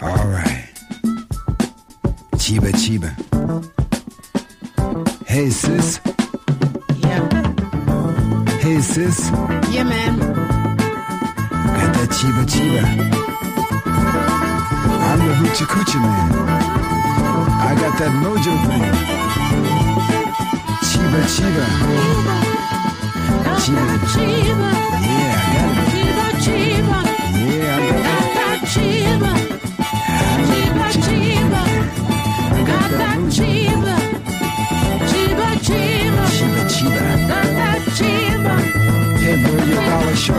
All right. Chiba Chiba. Hey sis. Yeah. Hey sis. Yeah, man. Got that Chiba Chiba. I'm the Hoochie Coochie man. I got that mojo thing. Chiba Chiba. Chiba. Yeah, I got it. Yeah, I got it. I'm the Hoochie I got that mojo. Chiba Chiba. Hey boy, your dollar short.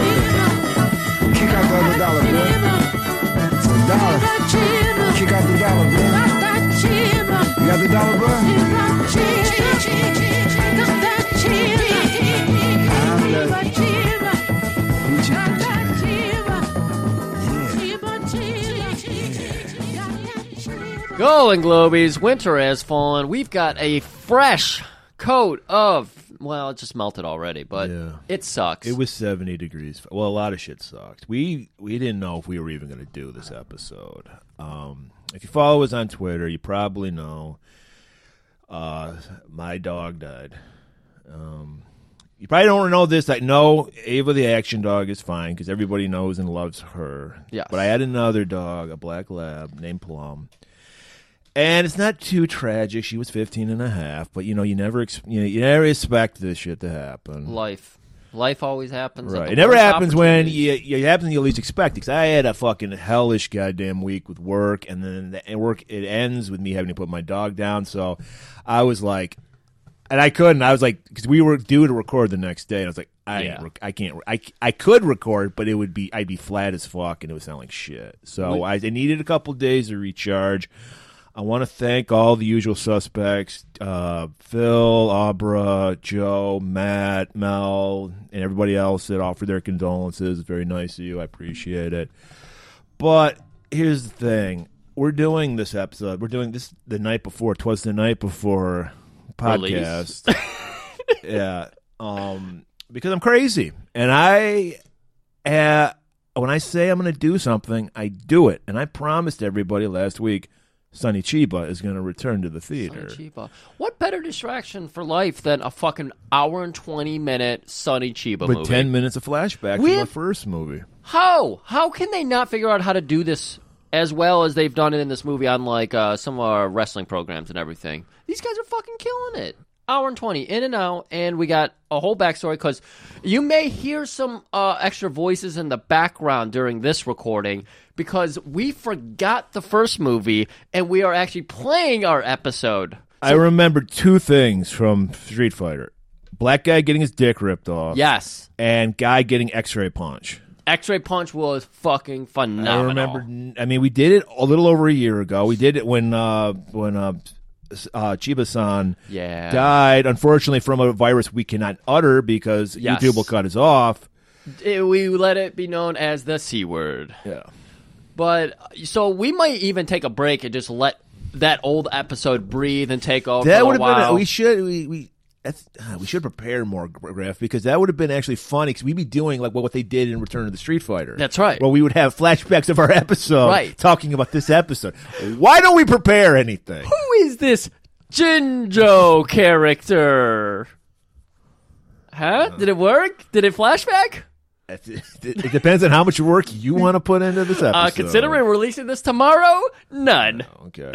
Kick out the other dollar, boy. It's a dollar. Kick out the dollar, boy. You got the dollar, boy? Hoochie Coochie man. Yeah. Golden Globies, winter has fallen. We've got a fresh coat of well, it just melted already, but Yeah. it sucks. It was 70 degrees. Well, a lot of shit sucked. We we didn't know if we were even going to do this episode. Um, if you follow us on Twitter, you probably know uh, my dog died. Um, you probably don't know this. I know Ava the action dog is fine because everybody knows and loves her. Yes. But I had another dog, a black lab named Plum. And it's not too tragic. She was 15 and a half, but you know, you never ex- you, know, you never expect this shit to happen. life. Life always happens. at Right. the It never worst happens when opportunities. you, you- it happens when you least expect. Because I had a fucking hellish goddamn week with work, and then the and work it ends with me having to put my dog down. So I was like, and I couldn't. I was like, because we were due to record the next day, and I was like, I Yeah. ain't rec- I can't. re- I I could record, but it would be I'd be flat as fuck, and it would sound like shit. So I, I needed a couple days to recharge. I want to thank all the usual suspects uh, Phil, Abra, Joe, Matt, Mel, and everybody else that offered their condolences. It's very nice of you. I appreciate it. But here's the thing we're doing this episode, we're doing this the night before. Twas the night before Release. podcast. yeah. Um, because I'm crazy. And I. Uh, when I say I'm going to do something, I do it. And I promised everybody last week Sonny Chiba is going to return to the theater. Sonny Chiba. What better distraction for life than a fucking hour and twenty minute Sonny Chiba With movie? 10 minutes of flashbacks We from the have- first movie. How? How can they not figure out how to do this as well as they've done it in this movie on like uh, some of our wrestling programs and everything? These guys are fucking killing it. Hour and 20, in and out, and we got a whole backstory because you may hear some uh, extra voices in the background during this recording because we forgot the first movie and we are actually playing our episode. I remember two things from Street Fighter Black guy getting his dick ripped off, Yes, and guy getting x ray punch. X Ray Punch was fucking I phenomenal. remember. I mean, we did it a little over a year ago. We did it when uh, when uh, s- uh, Chiba-san Yeah. died, unfortunately, from a virus we cannot utter because Yes. YouTube will cut us off. It- we let it be known as the C word. Yeah. But so we might even take a break and just let that old episode breathe and take over. That for would a have been. while. We should. We we. That's, ah, we should prepare more, Griff, because that would have been actually funny. Because we'd be doing like what, what they did in Return of the Street Fighter. That's right. Where we would have flashbacks of our episode, Right. Talking about this episode. Why don't we prepare anything? Who is this Jinjo character? Huh? Did it work? Did it flashback? it depends on how much work you want to put into this episode. Uh, considering releasing this tomorrow, none. Okay.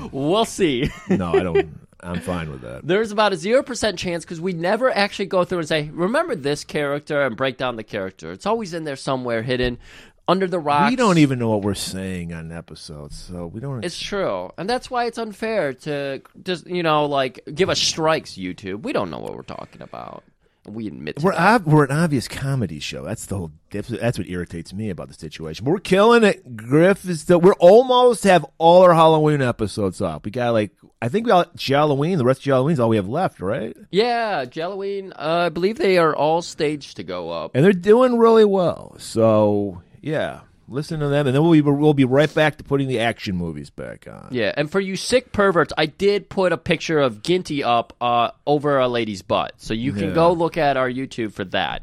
We'll see. no, I don't. I'm fine with that. There's about a 0% chance because we never actually go through and say, remember this character and break down the character. It's always in there somewhere hidden under the rocks. We don't even know what we're saying on episodes, so we don't. It's true, and that's why it's unfair to just you know like give us strikes, YouTube. We don't know what we're talking about. We admit to we're that. ob- we're an obvious comedy show. That's the whole. dip- That's what irritates me about the situation. We're killing it. Griff is still. We're almost have all our Halloween episodes up. We got like I think we all Halloween. The rest of Halloween's all we have left, right? yeah, Jelloween. Uh, I believe they are all staged to go up. And they're doing really well. So yeah, listen to them, and then we'll be we'll be right back to putting the action movies back on. Yeah, and for you sick perverts, I did put a picture of Ginty up uh, over a lady's butt, so you can Yeah. go look at our YouTube for that.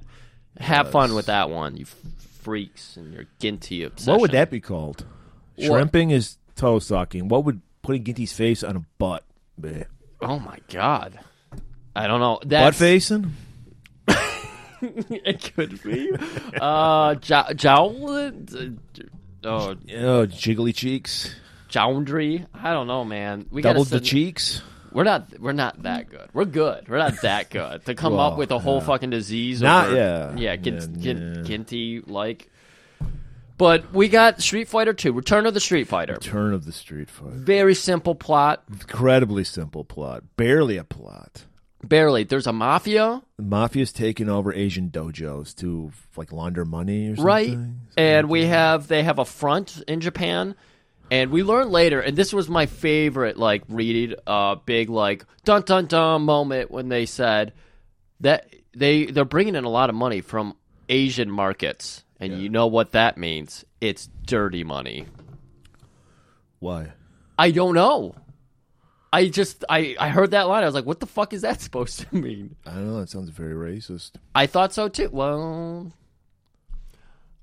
Have fun with that one, you f- freaks and your Ginty obsession. What would that be called? Shrimping is toe sucking. What would putting Ginty's face on a butt? be? Oh my god. I don't know. Butt That's, facing? it could be. Uh, jo- jowl. Oh, Oh, jiggly cheeks, Joundry. I don't know, man. We gotta double the send- cheeks. We're not. We're not that good. We're good. We're not that good to come up Well, with a whole fucking disease. Not- over, yeah. Yeah. Gin, Yeah, gin, Ginty like. But we got Street Fighter Two: Return of the Street Fighter. Turn of the Street Fighter. Very simple plot. Incredibly simple plot. Barely a plot. Barely. There's a mafia, The mafia's taking over Asian dojos to like launder money or something. right? And we have they have a front in Japan. And we learn later, and this was my favorite, like reading, uh, big like dun dun dun moment when they said that they they're bringing in a lot of money from Asian markets, and you know what that means? It's dirty money. Why? I don't know. I just I I heard that line. I was like, what the fuck is that supposed to mean? I don't know. That sounds very racist. I thought so too. Well,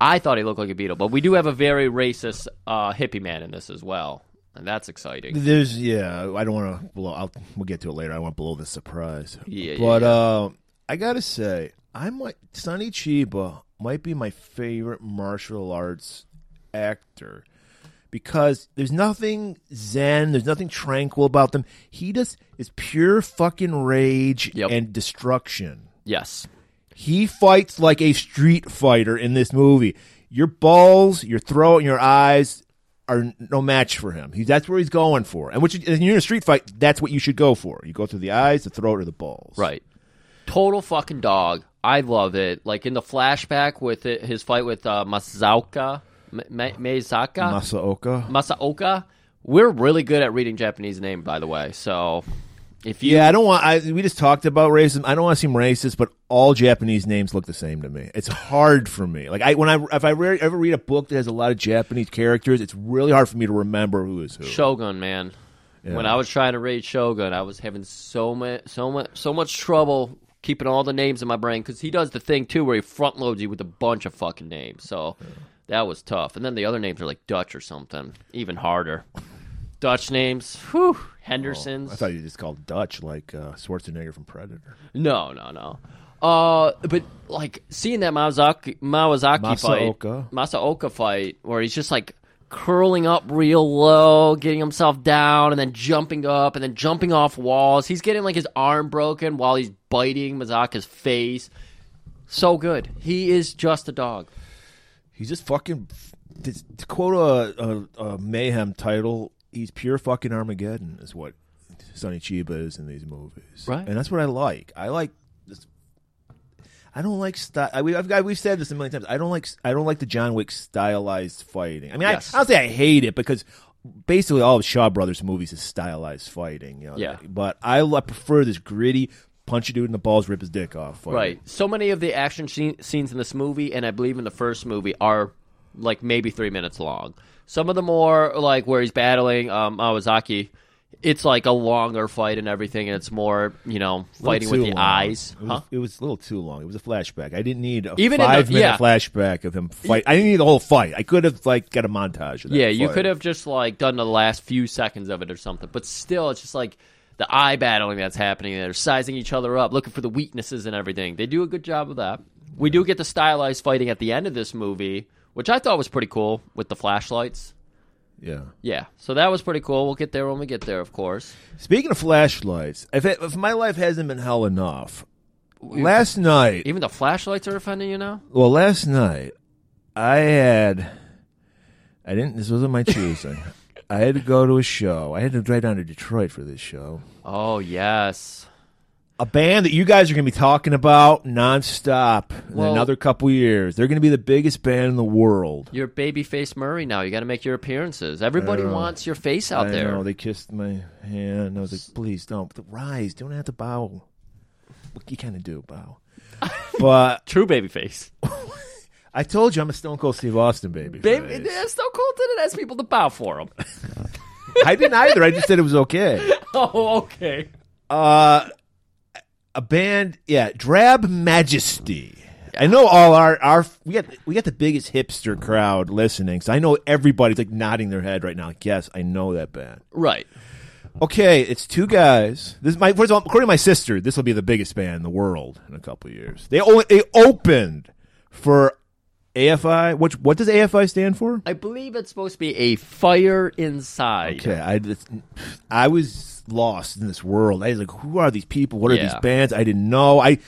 I thought he looked like a beetle, but we do have a very racist uh, hippie man in this as well, and that's exciting. There's yeah. I don't want to blow. I'll, we'll get to it later. I want to blow the surprise. Yeah, But yeah, uh, I gotta say, I might Sonny Chiba might be my favorite martial arts actor because there's nothing zen, there's nothing tranquil about them. He just is pure fucking rage Yep. and destruction. Yes, He fights like a street fighter in this movie. Your balls, your throat, and your eyes are no match for him. He, that's where he's going for. And which, and you're in a street fight, that's what you should go for. You go through the eyes, the throat, or the balls. right. Total fucking dog. I love it. Like in the flashback with it, his fight with uh, Masaoka, Ma- Ma- Maizaka, Masaoka. Masaoka. We're really good at reading Japanese name, by the way. So if you Yeah, I don't want. I, we just talked about racism. I don't want to seem racist, but all Japanese names look the same to me. It's hard for me. Like I when I if I re- ever read a book that has a lot of Japanese characters, it's really hard for me to remember who is who. Shogun, man. When I was trying to read Shogun, I was having so much, so much, so much trouble keeping all the names in my brain because he does the thing too where he front loads you with a bunch of fucking names. So that was tough. And then the other names are like Dutch or something, even harder. Dutch names, whew, Hendersons. Oh, I thought you just called Dutch, like uh, Schwarzenegger from Predator. No, no, no. Uh, but like seeing that Mawazaki, Mawazaki Masaoka. fight, Masaoka fight, where he's just like curling up real low, getting himself down, and then jumping up, and then jumping off walls. He's getting like his arm broken while he's biting Mazaka's face. So good. He is just a dog. He's just fucking. To, to quote a, a, a mayhem title, he's pure fucking Armageddon, is what Sonny Chiba is in these movies. Right. and that's what I like. I like. This, I don't like style. I, we, I've got, we've said this a million times. I don't like. I don't like the John Wick stylized fighting. I mean, Yes. I, I'll say I hate it because basically all of Shaw Brothers movies is stylized fighting. You know? Yeah. but I, li- prefer this gritty. Punch a dude in the balls, rip his dick off. fighting. Right. So many of the action scene- scenes in this movie, and I believe in the first movie, are like maybe three minutes long. Some of the more like where he's battling um, Awazaki, it's like a longer fight and everything, and it's more you know little fighting with too the long. eyes. It was, Huh? it was a little too long. It was a flashback. I didn't need a Even in the- five minute yeah. flashback of him fight. I didn't need the whole fight. I could have like got a montage. Of that Yeah, you fight. could have just like done the last few seconds of it or something, but still, it's just like the eye battling that's happening. They're sizing each other up, looking for the weaknesses and everything. They do a good job of that. We do get the stylized fighting at the end of this movie, which I thought was pretty cool with the flashlights. Yeah. Yeah, so that was pretty cool. We'll get there when we get there, of course. Speaking of flashlights, if it, if my life hasn't been hell enough, last night Even the flashlights are offending you now. Well, last night I had I didn't this wasn't my choosing. I had to go to a show. I had to drive down to Detroit for this show. Oh yes, A band that you guys are going to be talking about nonstop in Well- another couple years. They're going to be the biggest band in the world. you're babyface Murray now. You got to make your appearances. Everybody know. wants your face out I there. know they kissed my hand. and I was like, "Please don't rise. Don't have to bow." Well, you kind of do bow, but True babyface. I told you I'm a Stone Cold Steve Austin baby. Baby, face. that's so cool. Didn't ask people to bow for him. I didn't either. I just said it was okay. oh, okay. Uh, a band, yeah, Drab Majesty. I know all our our we got we got the biggest hipster crowd listening. So I know everybody's like nodding their head right now. Like, yes, I know that band. Right. Okay, it's two guys. This is my first of all, according to my sister, this will be the biggest band in the world in a couple of years. They only they opened for AFI. Which what does AFI stand for? I believe it's supposed to be a fire inside. Okay, I just- I was lost in this world. I was like, who are these people? What are Yeah. these bands? I didn't know. I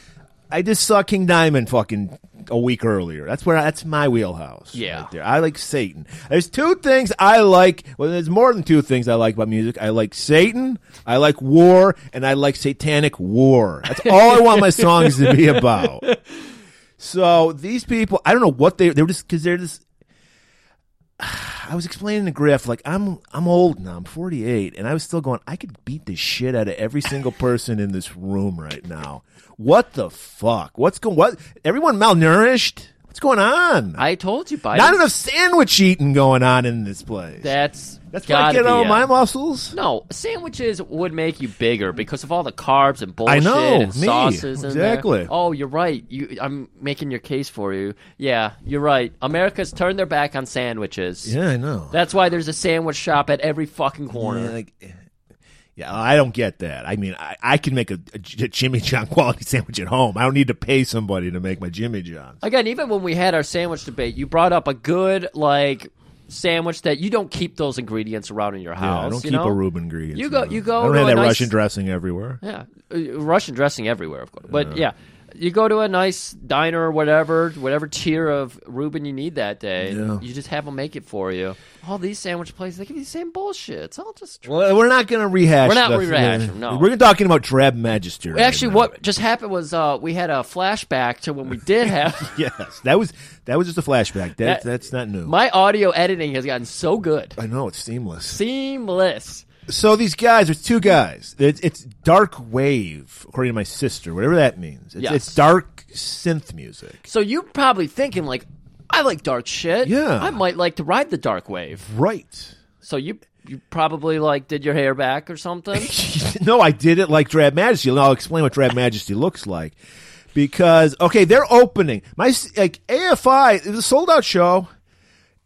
I just saw King Diamond fucking a week earlier. That's where that's my wheelhouse. Yeah. right there. I like Satan. There's two things I like. Well, there's more than two things I like about music. I like Satan. I like war, and I like satanic war. That's all I want my songs to be about. So these people, I don't know what they they were just because they're just. I was explaining to Griff like I'm I'm old now. I'm 48, and I was still going. I could beat the shit out of every single person in this room right now. What the fuck? What's going? What? Everyone malnourished? What's going on? I told you, Biden. Not enough sandwich eating going on in this place. That's That's why I gotta get be all it. my muscles. No, sandwiches would make you bigger because of all the carbs and bullshit I know, and me, sauces. in there. exactly. Oh, you're right. You, I'm making your case for you. Yeah, you're right. America's turned their back on sandwiches. Yeah, I know. That's why there's a sandwich shop at every fucking corner. Yeah, like- eh, yeah, I don't get that. I mean, I, I can make a, a J- Jimmy John quality sandwich at home. I don't need to pay somebody to make my Jimmy Johns. Again, even when we had our sandwich debate, you brought up a good like sandwich that you don't keep those ingredients around in your Yeah, house. I don't you keep know? a Reuben ingredients. You go- no. you go I don't to have a that nice- Russian dressing everywhere. Yeah, Uh, Russian dressing everywhere, of course. But yeah. you go to a nice diner or whatever, whatever tier of Reuben you need that day. Yeah. You just have them make it for you. All these sandwich places, they give you the same bullshit. It's all just. Well, we're not going to rehash. We're not the- rehashing, the- no. we're talking about drab magister. right Actually, now. what just happened was uh, we had a flashback to when we did have. Yes, that was that was just a flashback. That, That- that's not new. my audio editing has gotten so good, I know it's seamless. seamless. So these guys, there's two guys. It's, it's dark wave, according to my sister, whatever that means. It's, Yes. it's dark synth music. So you're probably thinking like, I like dark shit. Yeah. I might like to ride the dark wave. Right. So you you probably like did your hair back or something. no, I did it like Drab Majesty. And I'll explain what Drab Majesty looks like. Because okay, they're opening. My s- like AFI it was a sold out show.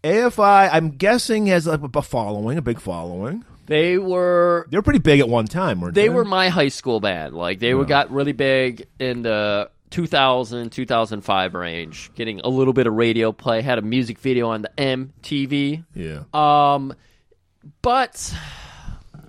AFI, I'm guessing has like a following, a big following. they were They were pretty big at one time, weren't they? they were my high school band. Like they were got really big in the 2000 2005 range, getting a little bit of radio play. Had a music video on the MTV. Yeah. Um, but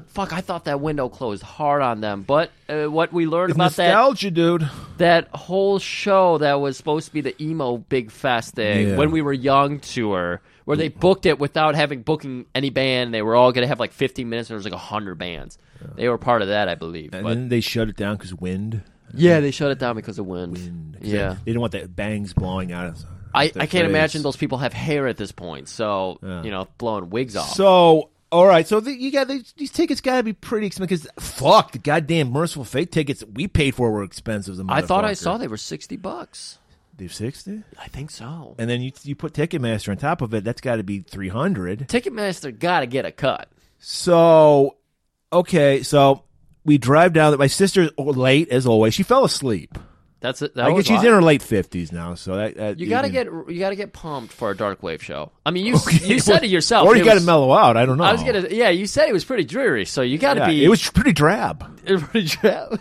fuck, I thought that window closed hard on them. But uh, what we learned about that Nostalgia, dude. that whole show that was supposed to be the emo big fest thing Yeah. when we were young tour. Where they booked it without having booking any band, they were all gonna have like 15 minutes. and There was like 100 bands. They were part of that, I believe. And but then they shut it down because wind. yeah, they shut it down because of wind. 'Cause they- Yeah. They didn't want the bangs blowing out of. I, I out their can't face. imagine those people have hair at this point, so you know, blowing wigs off. So, all right. So the, you got these, these tickets got to be pretty expensive because fuck the goddamn merciful fate tickets that we paid for were expensive. as a I thought I motherfucker. saw they were sixty bucks. They're sixty, I think so. and then you you put Ticketmaster on top of it. That's got to be three hundred. Ticketmaster gotta get a cut. So, okay, so we drive down. My sister late as always. She fell asleep. That's it. That I was guess she's odd. in her late fifties now. So that, that You gotta even- get you gotta get pumped for a dark wave show. I mean, you you said it yourself. or you It got to was- mellow out. I don't know. I was gonna yeah. You said it was pretty dreary, so you gotta Yeah, be. It was pretty drab. it was pretty dra-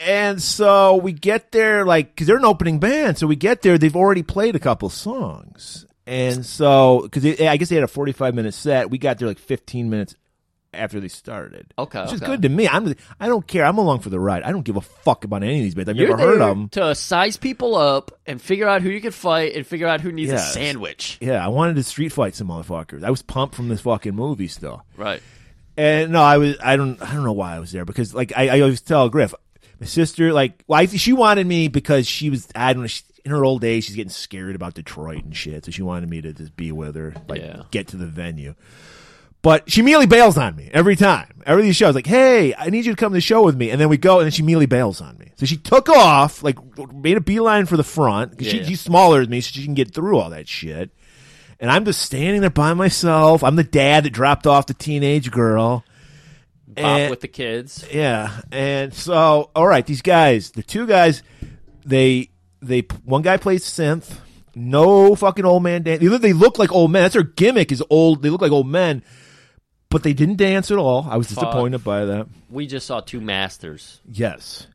And so we get there, like, because they're an opening band. So we get there, they've already played a couple songs. And so, because I guess they had a 45 minute set. We got there like 15 minutes after they started. Okay, Which is okay. good to me. I'm, I don't care. I'm along for the ride. I don't give a fuck about any of these bands. I've You're never heard there of them. to size people up and figure out who you can fight and figure out who needs a Yes. sandwich. Yeah, I wanted to street fight some motherfuckers. I was pumped from this fucking movie still. Right. And no, I was I don't I don't know why I was there because like I, I always tell Griff, my sister like why she wanted me because she was I don't know she, in her old age she's getting scared about Detroit and shit, so she wanted me to just be with her like Yeah. get to the venue. But she immediately bails on me every time. Every these shows, like, hey, I need you to come to the show with me, and then we go, and then she immediately bails on me. So she took off, like, made a beeline for the front 'cause she, Yeah. she's smaller than me, so she can get through all that shit. And I'm just standing there by myself. I'm the dad that dropped off the teenage girl. Pop And- with the kids. yeah, and so all right, these guys, the two guys, they they one guy plays synth. No fucking old man dance. They look- They look like old men. That's their gimmick. Is old. They look like old men, but they didn't dance at all. I was disappointed by that. We just saw two masters. Yes.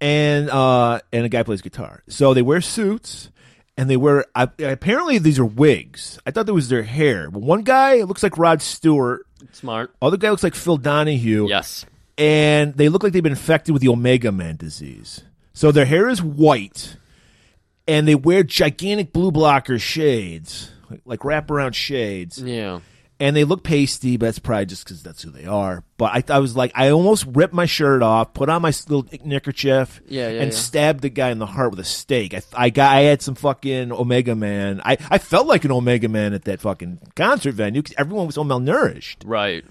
And uh and a guy plays guitar. So they wear suits and they wear I, apparently these are wigs. I thought that was their hair. But one guy looks like Rod Stewart, Smart. other guy looks like Phil Donahue. Yes. And they look like they've been infected with the Omega Man disease. So their hair is white and they wear gigantic blue blocker shades, like, like wraparound shades Yeah. and they look pasty, but that's probably just because that's who they are. But I, I was like, I almost ripped my shirt off, put on my s- little neckerchief, Yeah, yeah, and yeah. stabbed the guy in the heart with a stake. I, I got, I had some fucking Omega Man. I, I felt like an Omega Man at that fucking concert venue because everyone was so malnourished. Right.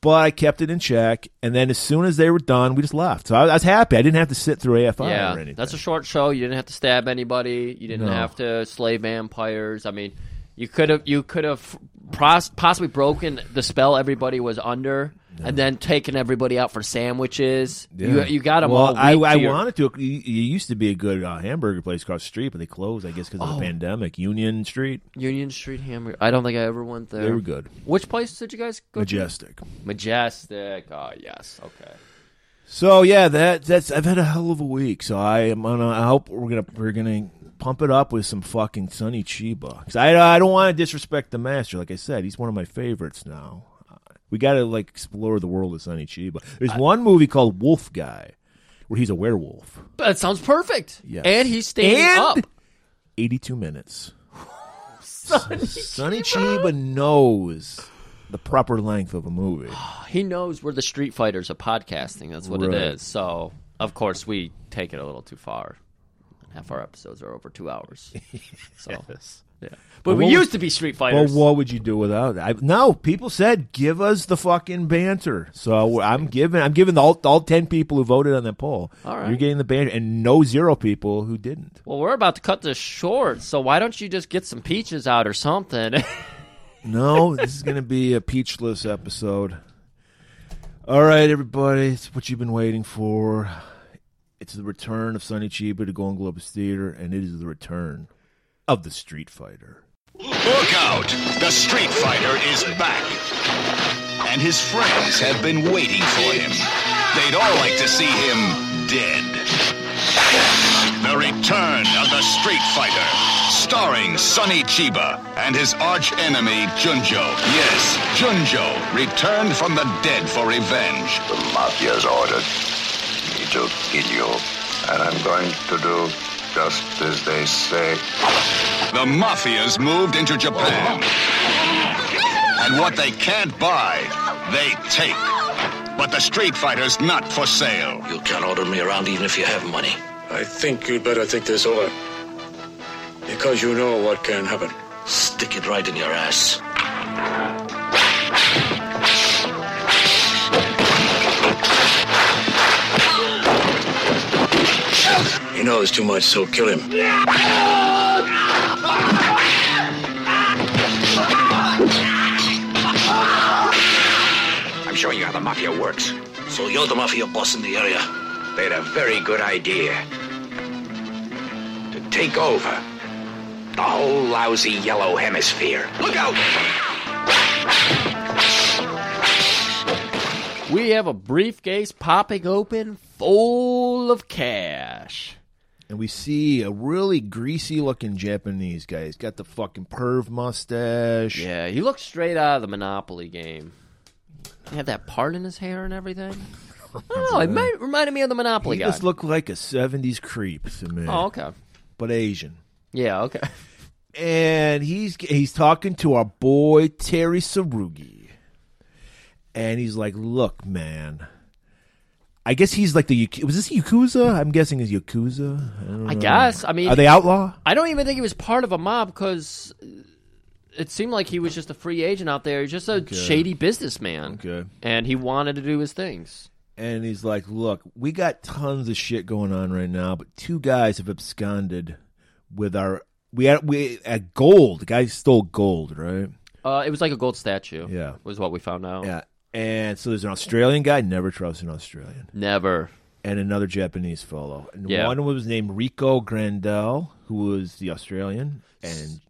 But I kept it in check, and then as soon as they were done, we just left. So I, I was happy. I didn't have to sit through AFI or Yeah. anything. That's a short show. You didn't have to stab anybody. You didn't No. have to slay vampires. I mean, you could have you could have pros- possibly broken the spell everybody was under, and then taken everybody out for sandwiches. You you got them well, all. I, weak I to your- wanted to. You you used to be a good uh, hamburger place across the street, but they closed, I guess, because of Oh. the pandemic. Union Street, Union Street Hamburger. I don't think I ever went there. they were good. Which place did you guys go? to? Majestic. Majestic. Oh yes. Okay. So yeah, that that's I've had a hell of a week. So I am gonna. I hope we're gonna we're gonna pump it up with some fucking Sonny Chiba. 'Cause I I don't want to disrespect the master. Like I said, he's one of my favorites now. We got to like explore the world of Sonny Chiba. There's one movie called Wolf Guy, where he's a werewolf. But it sounds perfect. Yes. And he's standing And- up. Eighty-two minutes. Sonny, Chiba knows the proper length of a movie. He knows we're the Street Fighters of podcasting. That's what Right. it is. So, of course, we take it a little too far. Half our episodes are over two hours. So, yeah. But we what used was- to be Street Well, Fighters. what would you do without it? I, no, people said give us the fucking banter. So I'm giving I'm giving all all ten people who voted on that poll. All right. You're getting the banter, and no zero people who didn't. Well, we're about to cut this short, so why don't you just get some peaches out or something? No, this is going to be a peachless episode. All right, everybody, it's what you've been waiting for. It's the return of Sonny Chiba to Golden Globus Theater, and it is the return of the Street Fighter. Look out! The Street Fighter is back. And his friends have been waiting for him. They'd all like to see him dead. The return of the Street Fighter, starring Sonny Chiba and his arch enemy Junjo. Yes, Junjo returned from the dead for revenge. The Mafia's ordered me to kill you. And I'm going to do just as they say. The mafia's moved into Japan. And what they can't buy, they take. But the Street Fighter's not for sale. You can't order me around even if you have money. I think you'd better think this over. Because you know what can happen. Stick it right in your ass. He knows too much, so kill him. I'm showing you how the mafia works. So you're the mafia boss in the area. They had a very good idea to take over the whole lousy yellow hemisphere. Look out! we have a briefcase popping open full of cash. and we see a really greasy looking Japanese guy. He's got the fucking perv mustache. Yeah, he looks straight out of the Monopoly game. He had that part in his hair and everything. I don't know. It might, reminded me of the Monopoly He guy. just looked like a 70s creep to me, oh, okay. but Asian. Yeah, okay. And he's he's talking to our boy Terry Sarugi. And he's like, "Look, man. I guess he's like the Yaku- was this Yakuza? I'm guessing is Yakuza. I, don't I know. guess. I mean, Are they outlaw? I don't even think he was part of a mob because it seemed like he was just a free agent out there. He's just a shady businessman. Okay. And he wanted to do his things. and he's like, "Look, we got tons of shit going on right now, but two guys have absconded with our we had we at gold. The guy stole gold, right? Uh, it was like a gold statue. Yeah. Was what we found out. Yeah. And so there's an Australian guy. Never trust an Australian. Never. and another Japanese fellow. And Yeah. one was named Rico Grandel, who was the Australian, and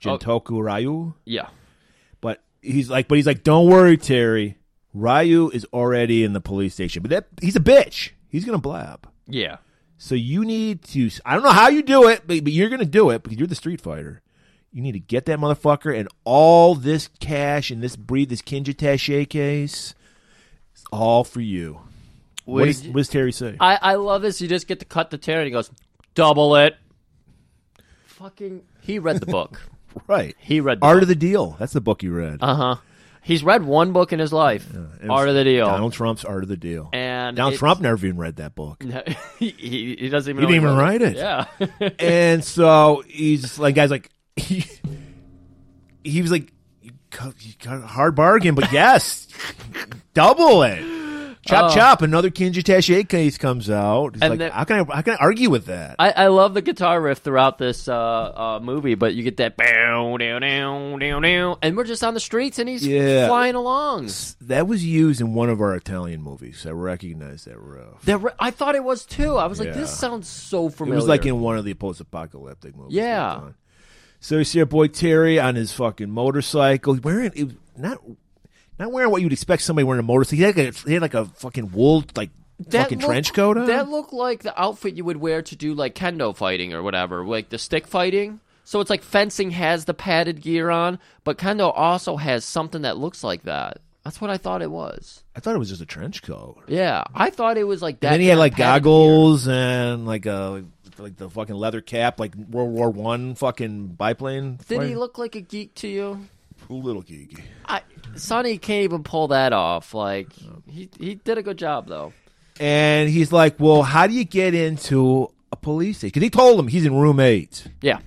Jintoku Ryu. Yeah. But he's like, but he's like, don't worry, Terry. Ryu is already in the police station, but that he's a bitch. He's gonna blab. Yeah. So you need to. I don't know how you do it, but, but you're gonna do it because you're the Street Fighter. You need to get that motherfucker and all this cash and this breed, this Kinjitache case. It's all for you. What, is, what does Terry say? I, I love this. You just get to cut the tear and he goes, double it. Fucking. He read the book. right. He read the Art of the Deal. That's the book you read. Uh huh. He's read one book in his life It was Art of the Deal. Donald Trump's Art of the Deal. And Donald it's- Trump never even read that book. he, he, he doesn't even He know didn't even wrote write it. Yeah. and so he's just like, guys, like he, he was like, you got, you got a hard bargain, but yes, double it. Chop chop! Another Kinji Tache case comes out. He's Oh. And like, then- how can I? How can I argue with that? I, I love the guitar riff throughout this uh, uh, movie, but you get that bow, down, down, down, down, and we're just on the streets and he's Yeah. flying along. that was used in one of our Italian movies. I recognize that riff. That re- I thought it was too. I was like, Yeah. this sounds so familiar. It was like in one of the post-apocalyptic movies. Yeah. later on. So you see our boy Terry on his fucking motorcycle, wearing it, was not not wearing what you'd expect somebody wearing a motorcycle. He had like a, he had like a fucking wool like That fucking looked- trench coat on. That looked like the outfit you would wear to do like kendo fighting or whatever, like the stick fighting. So it's like fencing has the padded gear on, but kendo also has something that looks like that. That's what I thought it was. I thought it was just a trench coat. Yeah, I thought it was like that. And then he kind had of like padded goggles and like a like the fucking leather cap, like World War One fucking biplane. gear. Did he flying- look like a geek to you? a little geeky? I, Sonny can't even pull that off. Like he he did a good job though. And he's like, "Well, how do you get into a police station?" Because he told him he's in room eight. Yeah, And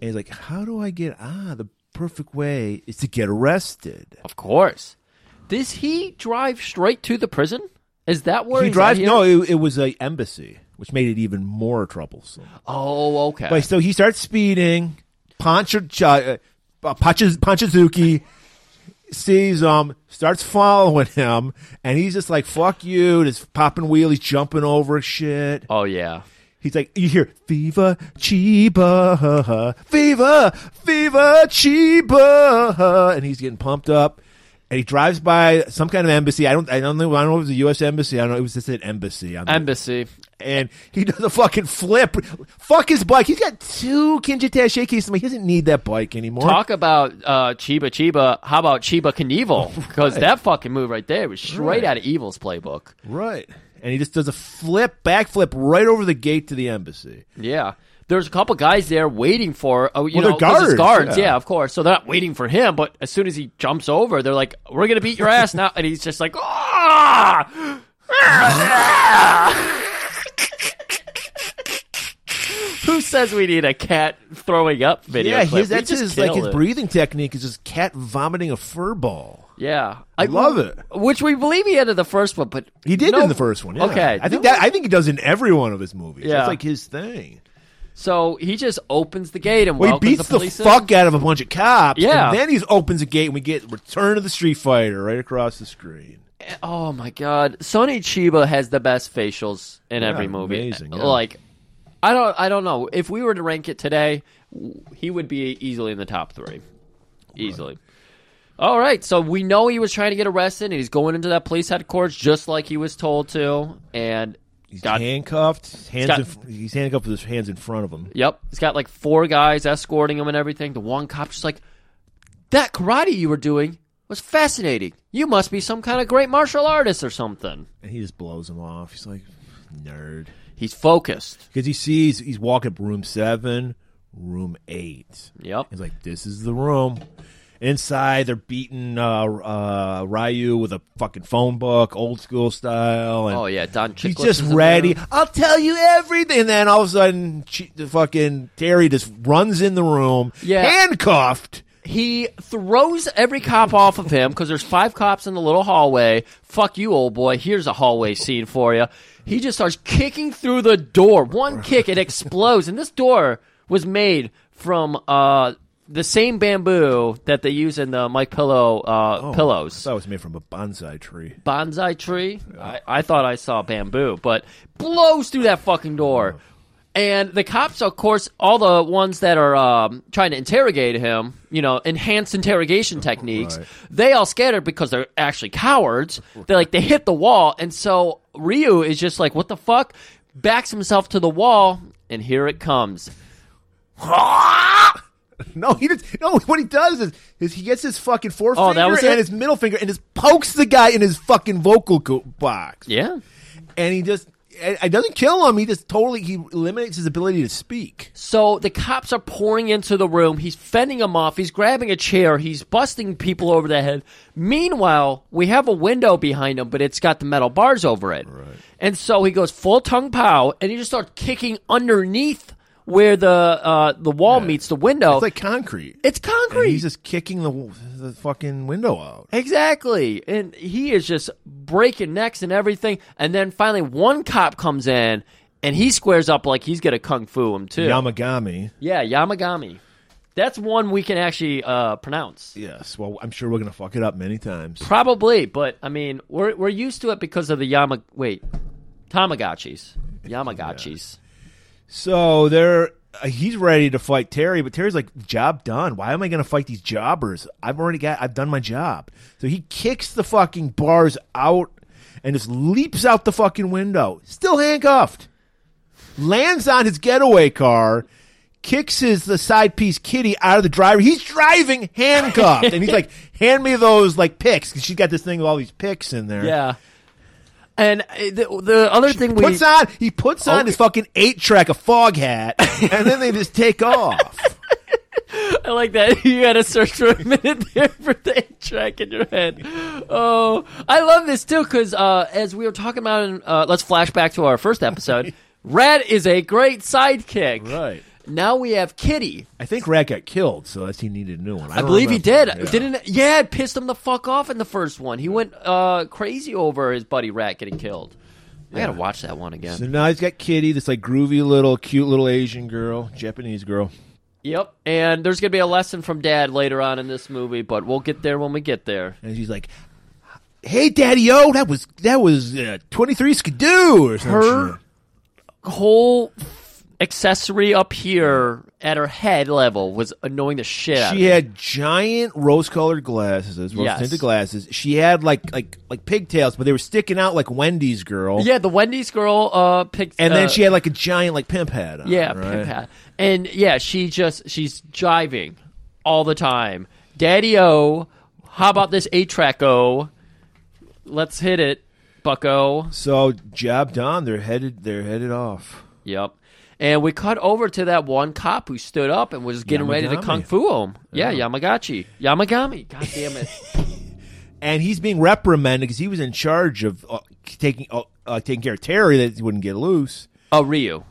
he's like, "How do I get ah? The perfect way is to get arrested." of course. Does he drive straight to the prison? Is that where Oh, he he's at drives. here? No, it, it was a embassy, which made it even more troublesome. Oh, okay. But so he starts speeding. Poncho, uh, Poncha- Ponchazuki sees him, starts following him, and he's just like, "Fuck you!" Just popping wheelies, jumping over shit. oh yeah. He's like, you hear Viva Chiba, Viva, Viva Chiba, and he's getting pumped up. And he drives by some kind of embassy. I don't, I don't know. I don't know if it was a U.S. embassy. I don't know. It was just an embassy. On the- Embassy. and he does a fucking flip. Fuck his bike. He's got two Kinjitache cases. He doesn't need that bike anymore. Talk about uh, Chiba Chiba. How about Chiba Knievel? Because that fucking move right there was straight Right. out of Evil's playbook. Right. And he just does a flip, backflip right over the gate to the embassy. Yeah. There's a couple guys there waiting for, oh, you Well, they're know, 'cause it's guards, guards. yeah. Yeah. of course. So they're not waiting for him, but as soon as he jumps over, they're like, "We're gonna beat your ass now," and he's just like, "Ah!" Who says we need a cat throwing up video? Yeah, clip? his, We that's just his like kill his it. breathing technique is just cat vomiting a fur ball. Yeah, I love it. Which we believe he had in the first one, but He did no- in the first one. yeah. Okay, I think no- that I think he does in every one of his movies. Yeah. That's like his thing. So he just opens the gate and Well, he welcomes beats the the, police in. fuck out of a bunch of cops. Yeah. and then he opens a gate and we get Return of the Street Fighter right across the screen. Oh my god, Sonny Chiba has the best facials in every movie. amazing, yeah. Like, I don't, I don't know if we were to rank it today, w- he would be easily in the top three, easily. All right, so we know he was trying to get arrested, and he's going into that police headquarters just like he was told to, and He's got handcuffed. his Hands. got- in fr- he's handcuffed with his hands in front of him. Yep. He's got like four guys escorting him and everything. The one cop's just like, that karate you were doing was fascinating. You must be some kind of great martial artist or something. And he just blows him off. He's like, nerd. He's focused. Because he sees he's walking up room seven, room eight. Yep. He's like, this is the room. Inside, they're beating uh, uh, Ryu with a fucking phone book, old school style. And Oh, yeah. Don Chiklis. He's just is in ready. there. I'll tell you everything. And then all of a sudden, she, the fucking Terry just runs in the room, Yeah. handcuffed. He throws every cop off of him because there's five cops in the little hallway. Fuck you, old boy. Here's a hallway scene for you. He just starts kicking through the door. One kick, it explodes. And this door was made from uh, the same bamboo that they use in the Mike Pillow uh, Oh, I pillows. thought it was made from a bonsai tree. Bonsai tree. I, I thought I saw bamboo, but blows through that fucking door. And the cops, of course, all the ones that are um, trying to interrogate him, you know, enhanced interrogation techniques, Right. they all scatter because they're actually cowards. They like they hit the wall, and so Ryu is just like, "What the fuck?" Backs himself to the wall, and here it comes. No, he did No, what he does is, is he gets his fucking forefinger Oh, that was and it? his middle finger and just pokes the guy in his fucking vocal co- box. Yeah. And he just. It it doesn't kill him. He just totally he eliminates his ability to speak. So the cops are pouring into the room. He's fending them off. He's grabbing a chair. He's busting people over the head. Meanwhile, we have a window behind him, but it's got the metal bars over it. Right. And so he goes full tongue pow, and he just starts kicking underneath where the uh, the wall meets the window. It's like concrete. It's And concrete. he's just kicking the the fucking window out. Exactly. And he is just breaking necks and everything. And then finally, one cop comes in and he squares up like he's going to kung fu him, too. Yamagami. yeah, Yamagami. That's one we can actually uh, pronounce. Yes. Well, I'm sure we're gonna fuck it up many times. Probably, but I mean, we're, we're used to it because of the Yama. Wait, Tamagotchis. Yamagotchis. So they're uh, he's ready to fight Terry, but Terry's like, "Job done. Why am I going to fight these jobbers? I've already got. I've done my job." So he kicks the fucking bars out and just leaps out the fucking window, still handcuffed. Lands on his getaway car, kicks his the side piece kitty out of the driver. He's driving handcuffed, and he's like, "Hand me those like picks," because she's got this thing with all these picks in there. Yeah. And uh, the, the other thing we. puts on he puts on Okay. his fucking eight track of fog hat, and then they just take off. I like that. You had to search for a minute there for the eight track in your head. Oh, I love this too because uh, as we were talking about, in, uh, let's flash back to our first episode. Red is a great sidekick. Right. Now we have Kitty. I think Rat got killed, so that's he needed a new one. I, don't believe he did. remember. Yeah. Didn't? Yeah, it pissed him the fuck off in the first one. He went uh, crazy over his buddy Rat getting killed. I gotta watch that one again. So now he's got Kitty, this like groovy little cute little Asian girl, Japanese girl. Yep. And there's gonna be a lesson from Dad later on in this movie, but we'll get there when we get there. And she's like, "Hey, Daddy O, that was that was uh, twenty three Skidoo or something." Her- whole f- accessory up here at her head level was annoying the shit out of She me. had giant rose colored glasses, those rose Yes. tinted glasses. She had like like like pigtails, but they were sticking out like Wendy's girl. Yeah, the Wendy's girl uh picked And then uh, she had like a giant like pimp hat. On, Yeah, right? pimp hat. And yeah, she just she's jiving all the time. Daddy O, how about this eight track O? Let's hit it, Bucko. So job done. They're headed. They're headed off. Yep. And we cut over to that one cop who stood up and was getting ready to Yamagami. kung fu him. Yeah, Yamagachi. Yamagami. God damn it. and he's being reprimanded because he was in charge of uh, taking uh, uh, taking care of Terry that he wouldn't get loose. Oh, Ryu.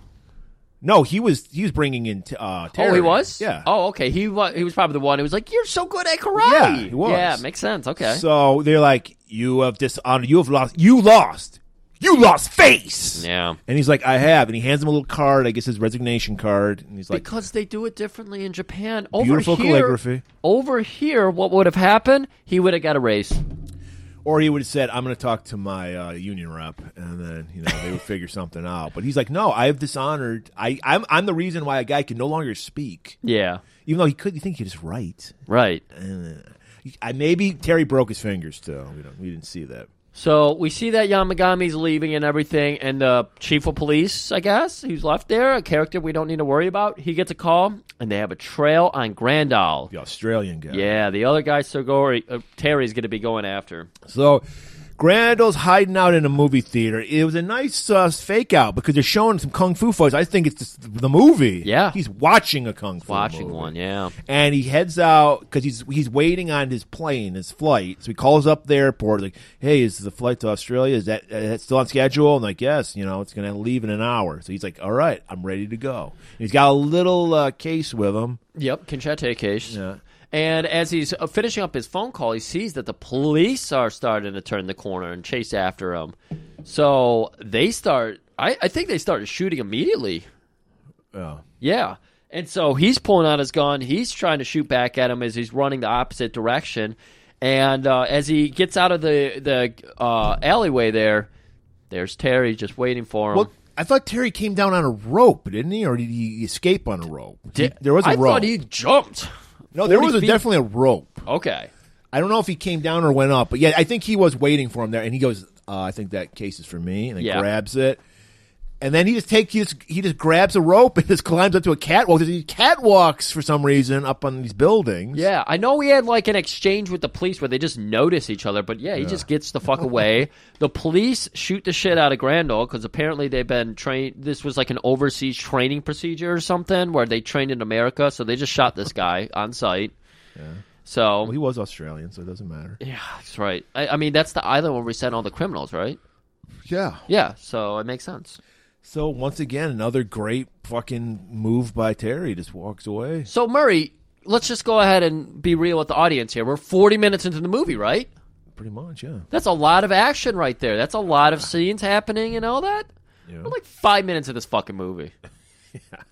No, he was he was bringing in t- uh, Terry. Oh, he was. Yeah. Oh, okay. He was. He was probably the one who was like, "You're so good at karate." Yeah, he was. Yeah, makes sense. Okay. So they're like, you have dishonored. You have lost. You lost. You lost face. yeah. And he's like, I have. And he hands him a little card. I guess his resignation card. And he's like, Because they do it differently in Japan. Over Beautiful here, calligraphy. Over here, what would have happened? He would have got a raise. or he would have said, I'm going to talk to my uh, union rep, and then you know they would figure something out. But he's like, No, I have dishonored. I I'm I'm the reason why a guy can no longer speak, Yeah. even though he could. You think he was right. uh, Right. I, maybe Terry broke his fingers too. We don't. We didn't see that. So we see that Yamagami's leaving and everything, and the chief of police, I guess, who's left there, a character we don't need to worry about, he gets a call, and they have a trail on Grandal. The Australian guy. Yeah, the other guy, Sogori, uh, Terry's going to be going after. So. Grandel's hiding out in a movie theater. It was a nice uh, fake out because they're showing some kung fu fights. I think it's just the movie. Yeah. he's watching a kung fu. Watching movie. one, yeah. and he heads out because he's he's waiting on his plane, his flight. So he calls up the airport, like, "Hey, is the flight to Australia? Is that, uh, that still on schedule?" And like, "Yes, you know, it's going to leave in an hour." So he's like, "All right, I'm ready to go." And he's got a little uh, case with him. Yep, Kinchete case. Yeah. And as he's uh, finishing up his phone call, he sees that the police are starting to turn the corner and chase after him. So they start. I, I think they started shooting immediately. Oh. Yeah. And so he's pulling out his gun. He's trying to shoot back at him as he's running the opposite direction. And uh, as he gets out of the the uh, alleyway there, there's Terry just waiting for him. Well, I thought Terry came down on a rope, didn't he, or did he escape on a rope? Di- He- there was a I rope. thought he jumped. no, there 40 was a, feet. definitely a rope. Okay. I don't know if he came down or went up, but yeah, I think he was waiting for him there, and he goes, uh, "I think that case is for me," and then Yeah. grabs it, and then he just takes he just, he just grabs a rope and just climbs up to a catwalk. He catwalks for some reason up on these buildings. Yeah, I know he had like an exchange with the police where they just notice each other, but yeah, he just gets the fuck away. The police shoot the shit out of Grandall because apparently they've been trained. This was like an overseas training procedure or something where they trained in America, so they just shot this guy on site. So Well, he was Australian, so it doesn't matter. yeah, that's right. I, I mean, that's the island where we sent all the criminals, right? Yeah. Yeah, so it makes sense. So once again, another great fucking move by Terry. Just walks away. So Murray, let's just go ahead and be real with the audience here. We're forty minutes into the movie, right? Pretty much, yeah. That's a lot of action right there. That's a lot of scenes happening and all that. We're like five minutes of this fucking movie.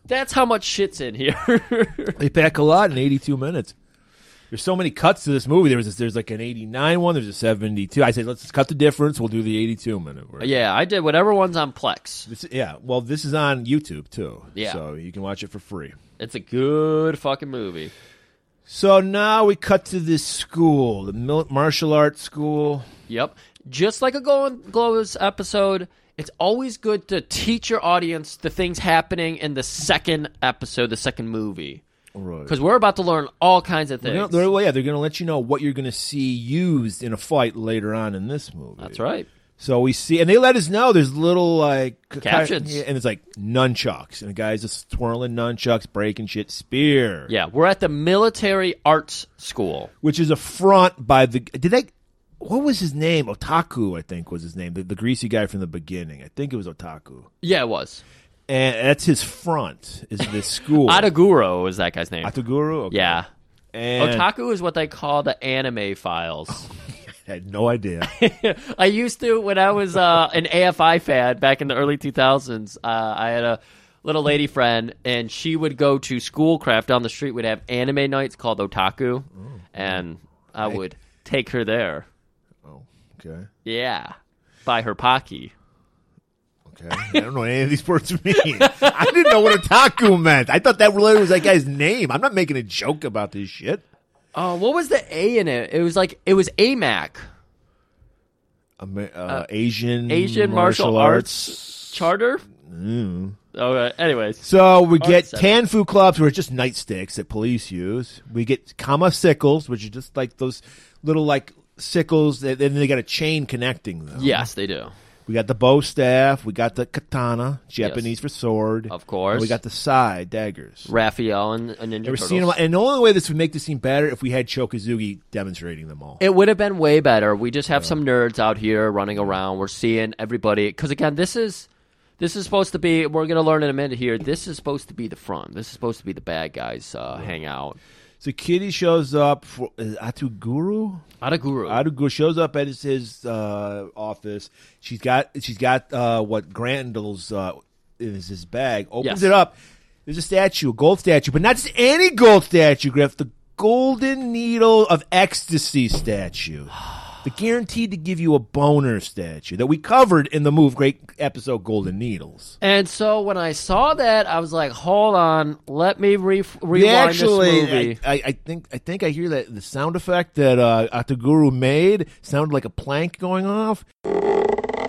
That's how much shit's in here. They pack a lot in 82 minutes. There's so many cuts to this movie. There was this, there's like an 89 one. There's a 72. I say let's just cut the difference. We'll do the 82 minute. version. yeah, I did whatever one's on Plex. This, yeah. Well, this is on YouTube too. Yeah. So you can watch it for free. It's a good fucking movie. So now we cut to this school, the mil- martial arts school. Yep. Just like a Golden Globes episode, it's always good to teach your audience the things happening in the second episode, the second movie. Right. Because we're about to learn all kinds of They're things. gonna- they're- well, yeah, they're going to let you know what you're going to see used in a fight later on in this movie. That's right. So we see, and they let us know there's little like Captions. and it's like nunchucks, and the guy's just twirling nunchucks, breaking shit, spear, Yeah, we're at the military arts school. which is a front by the. Did they? What was his name? Otaku, I think, was his name. The, the greasy guy from the beginning. I think it was Otaku, Yeah, it was. and that's his front. Is this school Ataguro is that guy's name. Ataguru? Okay. Yeah. and Otaku is what they call the anime files. I had no idea. I used to, when I was uh, an AFI fan back in the early 2000s, uh, I had a little lady friend, and she would go to Schoolcraft down the street, would have anime nights called Otaku, Mm. and I would take her there. okay, Yeah. Buy her Pocky. okay. I don't know what any of these words mean. I didn't know what Otaku meant. I thought that really was that guy's name. I'm not making a joke about this shit. Oh, what was the A in it? It was like, it was AMAC, Amer- uh, Asian Asian Martial, Arts, Charter. Mm. Okay, anyways. So we get seven. tanfu clubs, which are just nightsticks that police use. We get kama sickles, which are just like those little like sickles, that, and they got a chain connecting them. Yes, they do. We got the bow staff. We got the katana, Japanese for sword, Of course. And we got the sai daggers. Raphael and, and Ninja Ever Turtles. seen them? And the only way this would make this seem better if we had Chokazugi demonstrating them all. It would have been way better. We just have some nerds out here running around. We're seeing everybody because again, this is this is supposed to be. We're gonna learn in a minute here. This is supposed to be the front. This is supposed to be the bad guys uh, hangout. So Kitty shows up for uh, is it Atuguru. Adaguru. Adugu shows up at his, his uh, office. She's got she's got uh, what Grandel's uh, is his bag. Opens Yes. it up. There's a statue, a gold statue, but not just any gold statue, Griff. The Golden Needle of Ecstasy statue. The guaranteed to give you a boner statue that we covered in the move great episode Golden Needles. and so when I saw that, I was like, "Hold on, let me re- We rewind actually, this movie." I, I, I think I think I hear that the sound effect that uh, Ataguru made sounded like a plank going off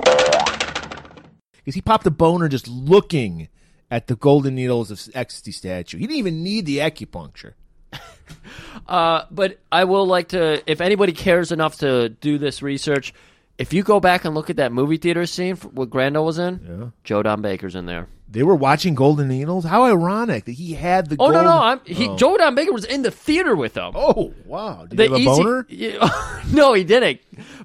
because he popped a boner just looking at the golden needles of ecstasy statue. He didn't even need the acupuncture. Uh, but I will like to, if anybody cares enough to do this research, if you go back and look at that movie theater scene f- what Grando was in, Joe Don Baker's in there. They were watching golden needles. How ironic that he had the. Oh golden... no, no, I'm, he, Joe Don Baker was in the theater with them. Oh wow! Did he have a boner? Yeah, no, he didn't.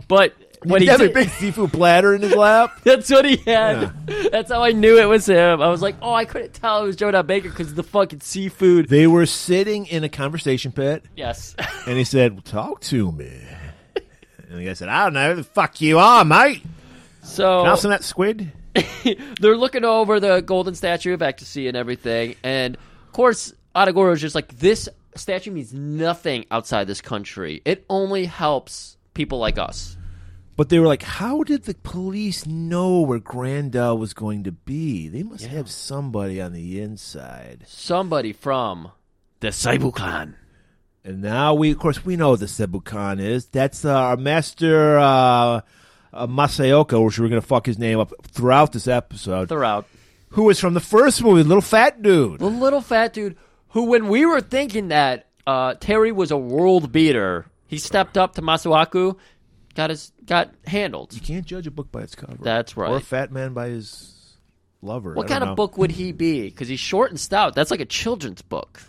But when Did he he have a did- big seafood platter in his lap? that's what he had. That's how I knew it was him. I was like, oh, I couldn't tell it was Joe Don Baker because the fucking seafood. They were sitting in a conversation pit. Yes. And he said, well, "Talk to me." And the guy said, "I don't know who the fuck you are, mate." So Now some that squid. they're looking over the golden statue of ecstasy and everything, and of course, Adagoro is just like this statue means nothing outside this country. It only helps people like us. But they were like, how did the police know where Grandel was going to be? They must have somebody on the inside. Somebody from the Saibukan. And now we, of course, we know what the Sebukan is. That's uh, our master uh, uh, Masayoka, which we're going to fuck his name up throughout this episode, Throughout. who is from the first movie, Little Fat Dude. The little fat dude who, when we were thinking that uh, Terry was a world beater, he stepped up to Masuaku, got his got handled. You can't judge a book by its cover. That's right. Or a fat man by his lover. What I don't kind of know. book would he be? Because he's short and stout. That's like a children's book.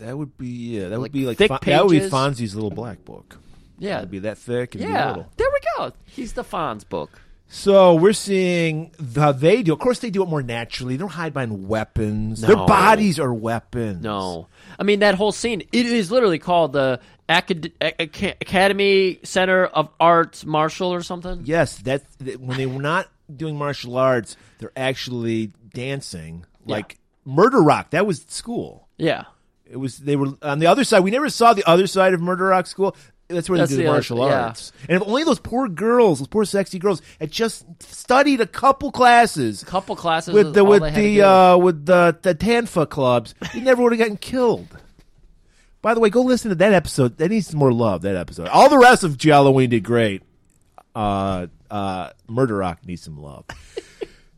That would be, yeah, that Like would be like, thick Fon- that would be pages? Fonzie's Little Black Book. Yeah. It'd be that thick and be yeah. little. There we go. He's the Fonz book. So we're seeing the, how they do. Of course, they do it more naturally. They don't hide behind weapons. Their No. bodies are weapons. No. I mean, that whole scene, it is literally called the Acad- A- Aca- Academy Center of Arts Martial or something. Yes, that, that when they were not doing martial arts, they're actually dancing like murder rock. That was school. Yeah. It was they were on the other side. We never saw the other side of murder rock school. That's where That's they do the the other- martial yeah. arts. And if only those poor girls, those poor sexy girls, had just studied a couple classes Couple classes with is the all with they had to the do. uh, with the the Tanfa clubs, you never would have gotten killed. By the way, go listen to that episode. That needs more love. That episode. All the rest of Halloween did great. Uh, uh, Murder Rock needs some love.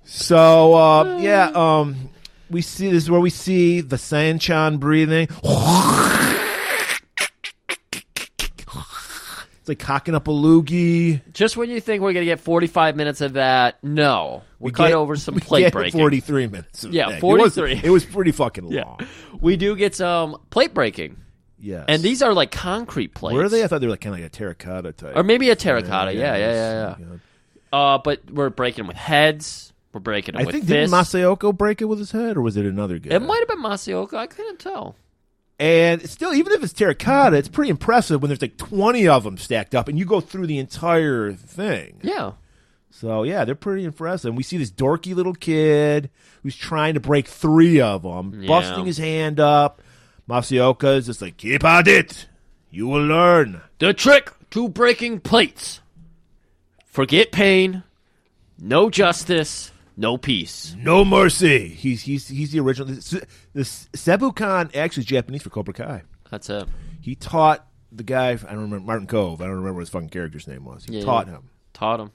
so uh, yeah, um, we see this is where we see the Sanchan breathing. It's like cocking up a loogie. Just when you think we're going to get 45 minutes of that, no. We, cut get- over some we plate get breaking. Forty-three minutes. of Yeah, that. It was- 43. It was pretty fucking Yeah. long. We do get some plate breaking. Yes. And these are like concrete plates. where are they? I thought they were like kind of like a terracotta type, Or maybe a terracotta. Yeah, yeah, yeah, yeah. God. Uh, but we're breaking them with heads. We're breaking them I with think did fists. Masaoko break it with his head, or was it another guy? It might have been Masioka. I couldn't tell. And still, even if it's terracotta, it's pretty impressive when there's like twenty of them stacked up, and you go through the entire thing. Yeah. So yeah, they're pretty impressive. And we see this dorky little kid who's trying to break three of them, Yeah. busting his hand up. Masaoka is just like, "Keep at it, you will learn." The trick to breaking plates. Forget pain. No justice. No peace. No mercy. He's he's he's the original. The, the Sebukan actually is Japanese for Cobra Kai. That's it. He taught the guy. I don't remember Martin Cove. I don't remember what his fucking character's name was. He Yeah, taught yeah. him. Taught him.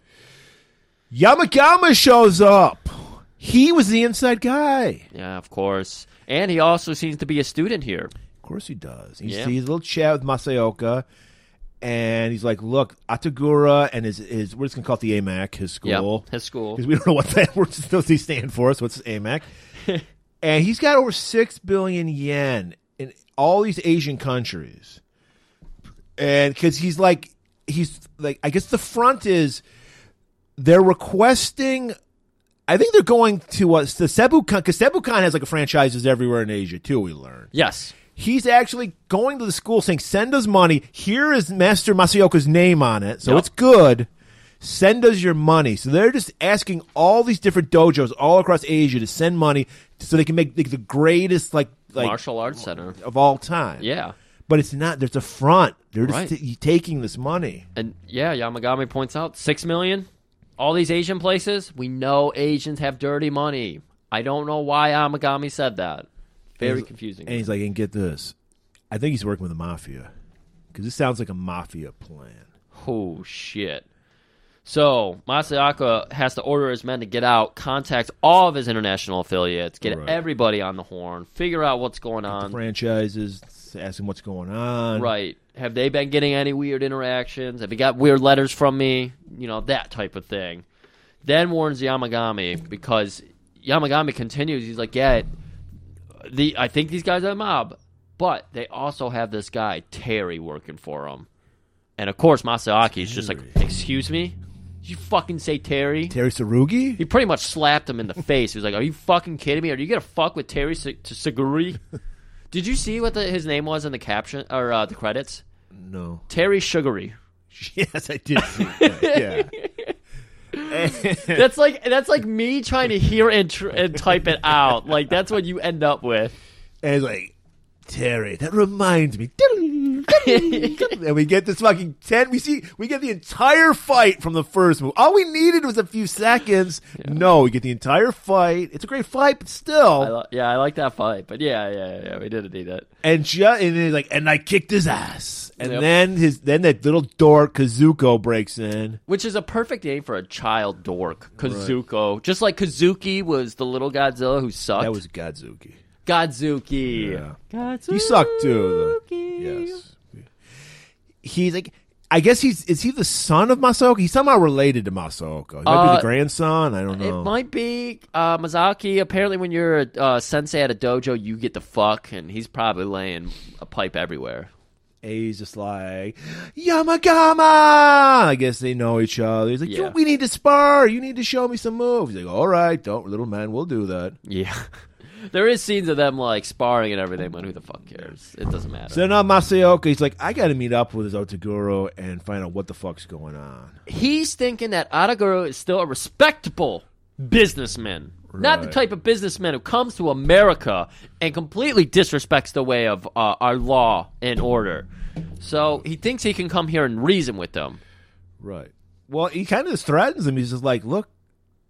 Yamakama shows up. He was the inside guy. Yeah, of course. And he also seems to be a student here. Of course he does. He's, Yeah. he's a little chat with Masaoka, and he's like, "Look, Atagura and his his we're just gonna call it the AMAC, his school, Yeah, his school. because we don't know what that what does he stand for. So what's AMAC? and he's got over six billion yen in all these Asian countries, and because he's like he's like I guess the front is they're requesting. I think they're going to uh, the Sebukan because Sebukan has like a franchises everywhere in Asia too. We learned Yes. he's actually going to the school saying, "Send us money. Here is Master Masayoka's name on it, so Yep. it's good. Send us your money." So they're just asking all these different dojos all across Asia to send money so they can make like, the greatest like like Martial Arts Center. of all time. Yeah. but it's not. There's a front. They're just Right. t- taking this money. And yeah, Yamagami points out six million. All these Asian places, we know Asians have dirty money. I don't know why Yamagami said that. Very He's- confusing. And he's like, "And get this, I think he's working with the mafia because this sounds like a mafia plan." Oh shit. So Masayaka has to order his men to get out, contact all of his international affiliates, get Right. everybody on the horn, figure out what's going on. Franchises, ask him what's going on. Mm. Right. Have they been getting any weird interactions? Have you got weird letters from me? You know, that type of thing. Then warns Yamagami because Yamagami continues. He's like, yeah, the I think these guys are a mob, but they also have this guy, Terry, working for them. And of course, Masaaki's just like, excuse me? Did you fucking say Terry? Terry Sarugi. He pretty much slapped him in the face. He was like, "Are you fucking kidding me? Are you gonna fuck with Terry Se- to Seguri?" Did you see what the, his name was in the caption or uh, the credits? no. Terry Sugary. Yes, I did. See that. Yeah. That's like that's like me trying to hear and, tr- and type it out. Like that's what you end up with. and it's like, Terry, that reminds me. and we get this fucking ten. We see we get the entire fight from the first movie. All we needed was a few seconds. No, we get the entire fight. It's a great fight, but still. I li- yeah, I like that fight, but yeah, yeah, yeah, we didn't need it. and just and then like and I kicked his ass. And Yep. then his then that little dork Kazuko breaks in. Which is a perfect name for a child dork, Kazuko. Just like Kazuki was the little Godzilla who sucked. That was Godzuki. Godzuki. Yeah. Godzuki. He sucked too. though. Yes. He's like I guess he's is he the son of Masaoka? He's somehow related to Masaoka. He might be Uh, the grandson. I don't It know. might be uh, Mazaki. Apparently, when you're a uh, sensei at a dojo, you get the fuck, and he's probably laying a pipe everywhere. And he's just like Yamagama. I guess they know each other. He's like, Yeah. "You- we need to spar. You need to show me some moves. He's like, all right, don't little man, we'll do that. Yeah. there is scenes of them like sparring and everything, but who the fuck cares? It doesn't matter. So now Masaoka, he's like, I got to meet up with Otaguro and find out what the fuck's going on. he's thinking that Adaguro is still a respectable businessman. Not the Right. type of businessman who comes to America and completely disrespects the way of uh, our law and order. So he thinks he can come here and reason with them. Right. Well, he kind of just threatens him. He's just like, look,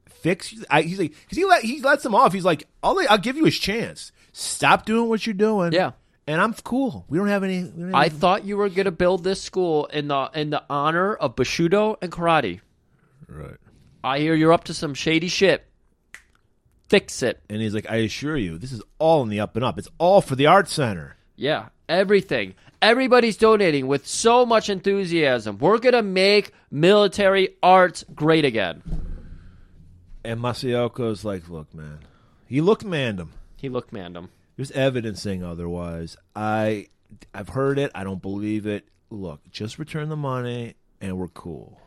fix. I, he's like, because he let he lets him off. He's like, I'll let- I'll give you his chance. Stop doing what you're doing. Yeah. And I'm cool. We don't have any. We don't have I any- thought you were going to build this school in the in the honor of Bushido and karate. right. I hear you're up to some shady shit. Fix it. And he's like, I assure you, this is all in the up and up. It's all for the art center. Yeah, everything. Everybody's donating with so much enthusiasm. We're going to make military arts great again. And Masaoka's like, look, man. He looked manned him. He looked mandem. There's evidencing otherwise. I I've heard it. I don't believe it. Look, just return the money and we're cool.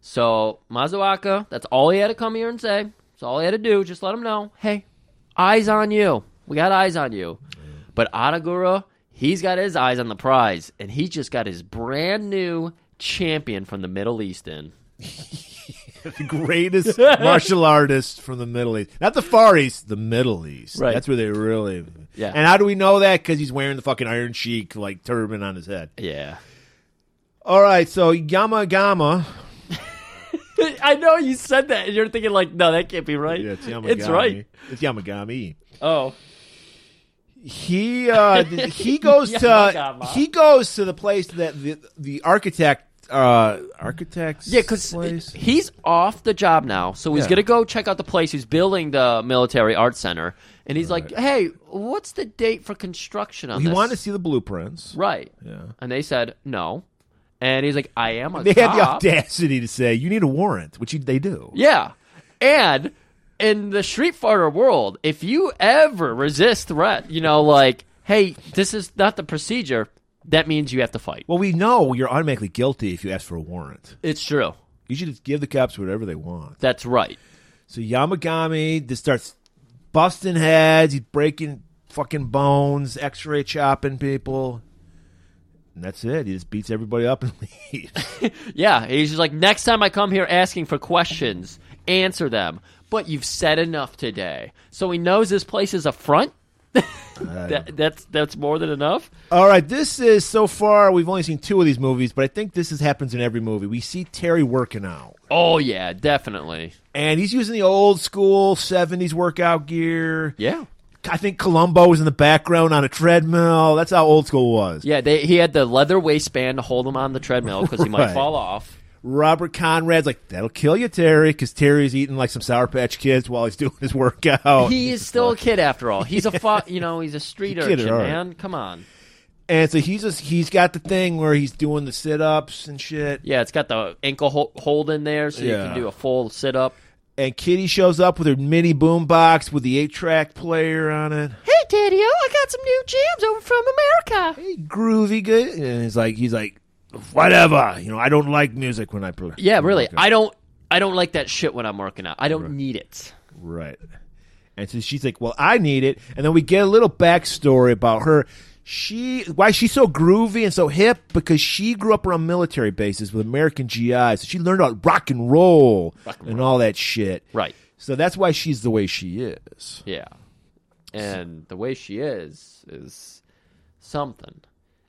So, Mazuaka, that's all he had to come here and say. That's all he had to do. Just let him know hey, eyes on you. We got eyes on you. But Adagura, he's got his eyes on the prize, and he just got his brand new champion from the Middle East in. The greatest martial artist from the Middle East, not the Far East, the Middle East. Right. That's where they really. Yeah. And how do we know that? Because he's wearing the fucking Iron Sheik like turban on his head. Yeah. All right, so Yamagama. I know you said that, and you're thinking, like, no, that can't be right. Yeah, it's Yamagami. It's right. It's Yamagami. Oh. He uh, he goes to Yamagama. he goes to the place that the the architect uh architects Yeah, because place? he's off the job now, so he's Yeah. gonna go check out the place. He's building the military arts center, and he's like, "Hey, what's the date for construction on he this?" wanted to see the blueprints. right? Yeah. And they said no, and he's like, "I am a They had the cop." audacity to say you need a warrant, which you- they do. Yeah, and in the street fighter world, if you ever resist threat, you know, like, hey, this is not the procedure. That means you have to fight. Well, we know you're automatically guilty if you ask for a warrant. It's true. You should just give the cops whatever they want. That's right. So Yamagami just starts busting heads. He's breaking fucking bones, X-ray chopping people, and that's it. He just beats everybody up and leaves. Yeah, he's just like, next time I come here asking for questions, answer them. But you've said enough today, so he knows this place is a front. that, that's that's more than enough. All right, this is so far we've only seen two of these movies, but I think this is happens in every movie. We see Terry working out. Oh yeah, definitely. And he's using the old school 70s workout gear. Yeah, I think Columbo was in the background on a treadmill. That's how old school was. yeah. They, he had the leather waistband to hold him on the treadmill because he might Right. fall off. Robert Conrad's like, that'll kill you, Terry, because Terry's eating like some Sour Patch Kids while he's doing his workout. He is still a kid after all. He's a fu- you know he's a street He's a kid urchin, at heart. man. Come on. and so he's just, he's got the thing where he's doing the sit ups and shit. Yeah, it's got the ankle ho- hold in there, so you Yeah. can do a full sit up. And Kitty shows up with her mini boom box with the eight track player on it. Hey, Daddy, I got some new jams over from America. Hey, groovy good. And he's like, he's like, whatever. You know, I don't like music when I play. Yeah, really. Okay. I don't I don't like that shit when I'm working out. I don't need it. Right. And so she's like, "Well, I need it." And then we get a little backstory about her. She why she's so groovy and so hip because she grew up around military bases with American GIs, so she learned about rock and roll and, all that shit. Right. So that's why she's the way she is. Yeah. And the way she is is Something.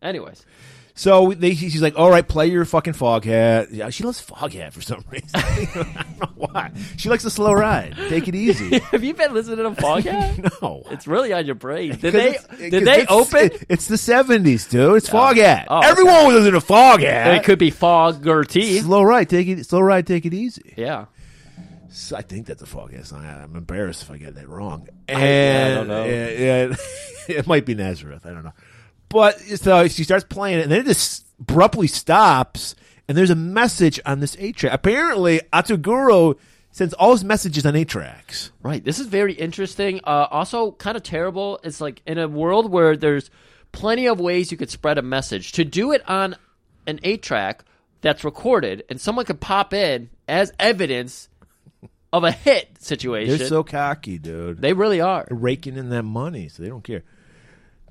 Anyways, So they, she's like, "All right, play your fucking Foghat." Yeah, she loves Foghat for some reason. I don't know why. She likes the slow ride. Take it easy. have you been listening to Foghat? no, It's really on your brain. Did 'Cause they? it's- Did 'cause they it's- open? it- it's the seventies, dude. It's Foghat. Oh, okay. Everyone was listening to Foghat. it could be fog or tea. slow ride. Take it. Slow ride. Take it easy. Yeah. So I think that's a Foghat song. I- I'm embarrassed if I get that wrong. And yeah, I don't know. yeah, yeah, it might be Nazareth. I don't know. But so she starts playing it, and then it just abruptly stops. And there's a message on this eight track. Apparently, Ataguro sends all his messages on eight tracks. Right. This is very interesting. Uh, also, kind of terrible. It's like in a world where there's plenty of ways you could spread a message. To do it on an eight track that's recorded and someone could pop in as evidence of a hit situation. They're so cocky, dude. they really are. raking in that money, so they don't care.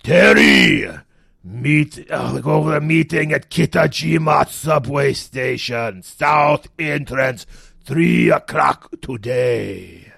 Terry, meet uh, go over a meeting at Kitajima subway station, south entrance, three o'clock today.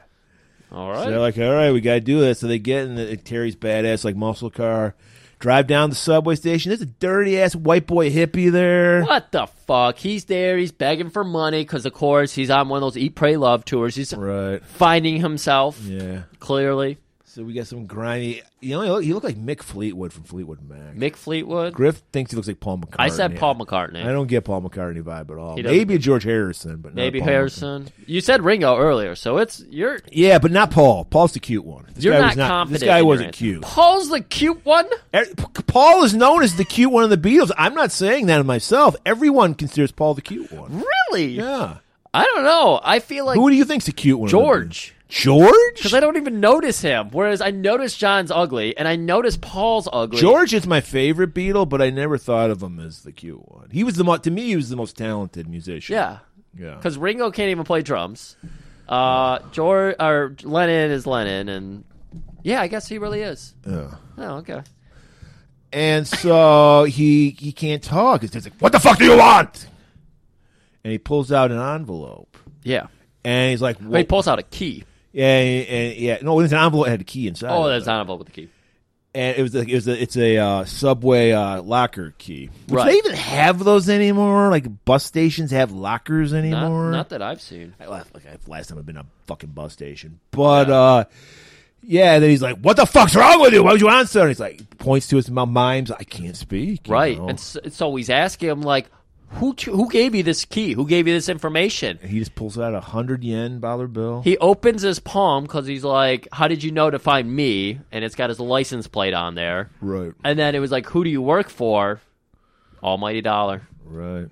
All So right. they're like, all right, we gotta do this. So they get in the, Terry's badass like muscle car, drive down the subway station. There's a dirty ass white boy hippie there. what the fuck? He's there. He's begging for money because, of course, he's on one of those Eat, Pray, Love tours. He's Right. finding himself, Yeah. clearly. So we got some grimy. You know, you look, you look like Mick Fleetwood from Fleetwood Mac. Mick Fleetwood. Griff thinks he looks like Paul McCartney. I said Paul McCartney. I don't get Paul McCartney vibe at all. He doesn't Maybe a George Harrison, but not Maybe Paul Harrison. You said Ringo earlier, so it's you're McCartney. Yeah, but not Paul. Paul's the cute one. This you're guy not, was not confident. This guy in your wasn't answer. cute. Paul's the cute one. Er- P- Paul is known as the cute one of the Beatles. I'm not saying that of myself. Everyone considers Paul the cute one. Really? Yeah. I don't know. I feel like Who do you think's the cute one? of the George. Beatles? George. because I don't even notice him. Whereas I notice John's ugly, and I notice Paul's ugly. George is my favorite Beatle, but I never thought of him as the cute one. He was the mo- to me. He was the most talented musician. yeah, Yeah. because Ringo can't even play drums. Uh, George or Lennon is Lennon, and yeah, I guess he really is. Yeah. Oh, okay. And so he he can't talk. It's just like, what the fuck do you want? And he pulls out an envelope, Yeah, and he's like, but he "Whoa." pulls out a key. yeah, and, and- yeah, no, it was an envelope that had a key inside. Oh, of that's it. not about with the key. and it was like it was a, it's a uh, subway uh, locker key. Which Right. they even have those anymore? Like bus stations have lockers Not, anymore? not that I've seen. I laugh like I, last time I've been a fucking bus station. But uh yeah, and then he's like, "What the fuck's wrong with you? Why would you answer?" And he's like, points to his my mimes. I can't speak. you Right. know? And so, so he's asking him, like, who t- who gave you this key? Who gave you this information? He just pulls out a hundred yen dollar bill. He opens his palm because he's like, how did you know to find me? And it's got his license plate on there. right, And then it was like, who do you work for? Almighty Dollar. right.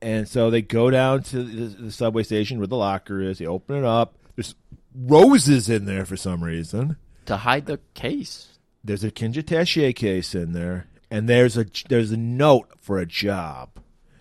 And so they go down to the, the subway station where the locker is. They open it up. There's roses in there for some reason. To hide the case. There's a Kinja Tachier case in there, and there's a there's a note for a job.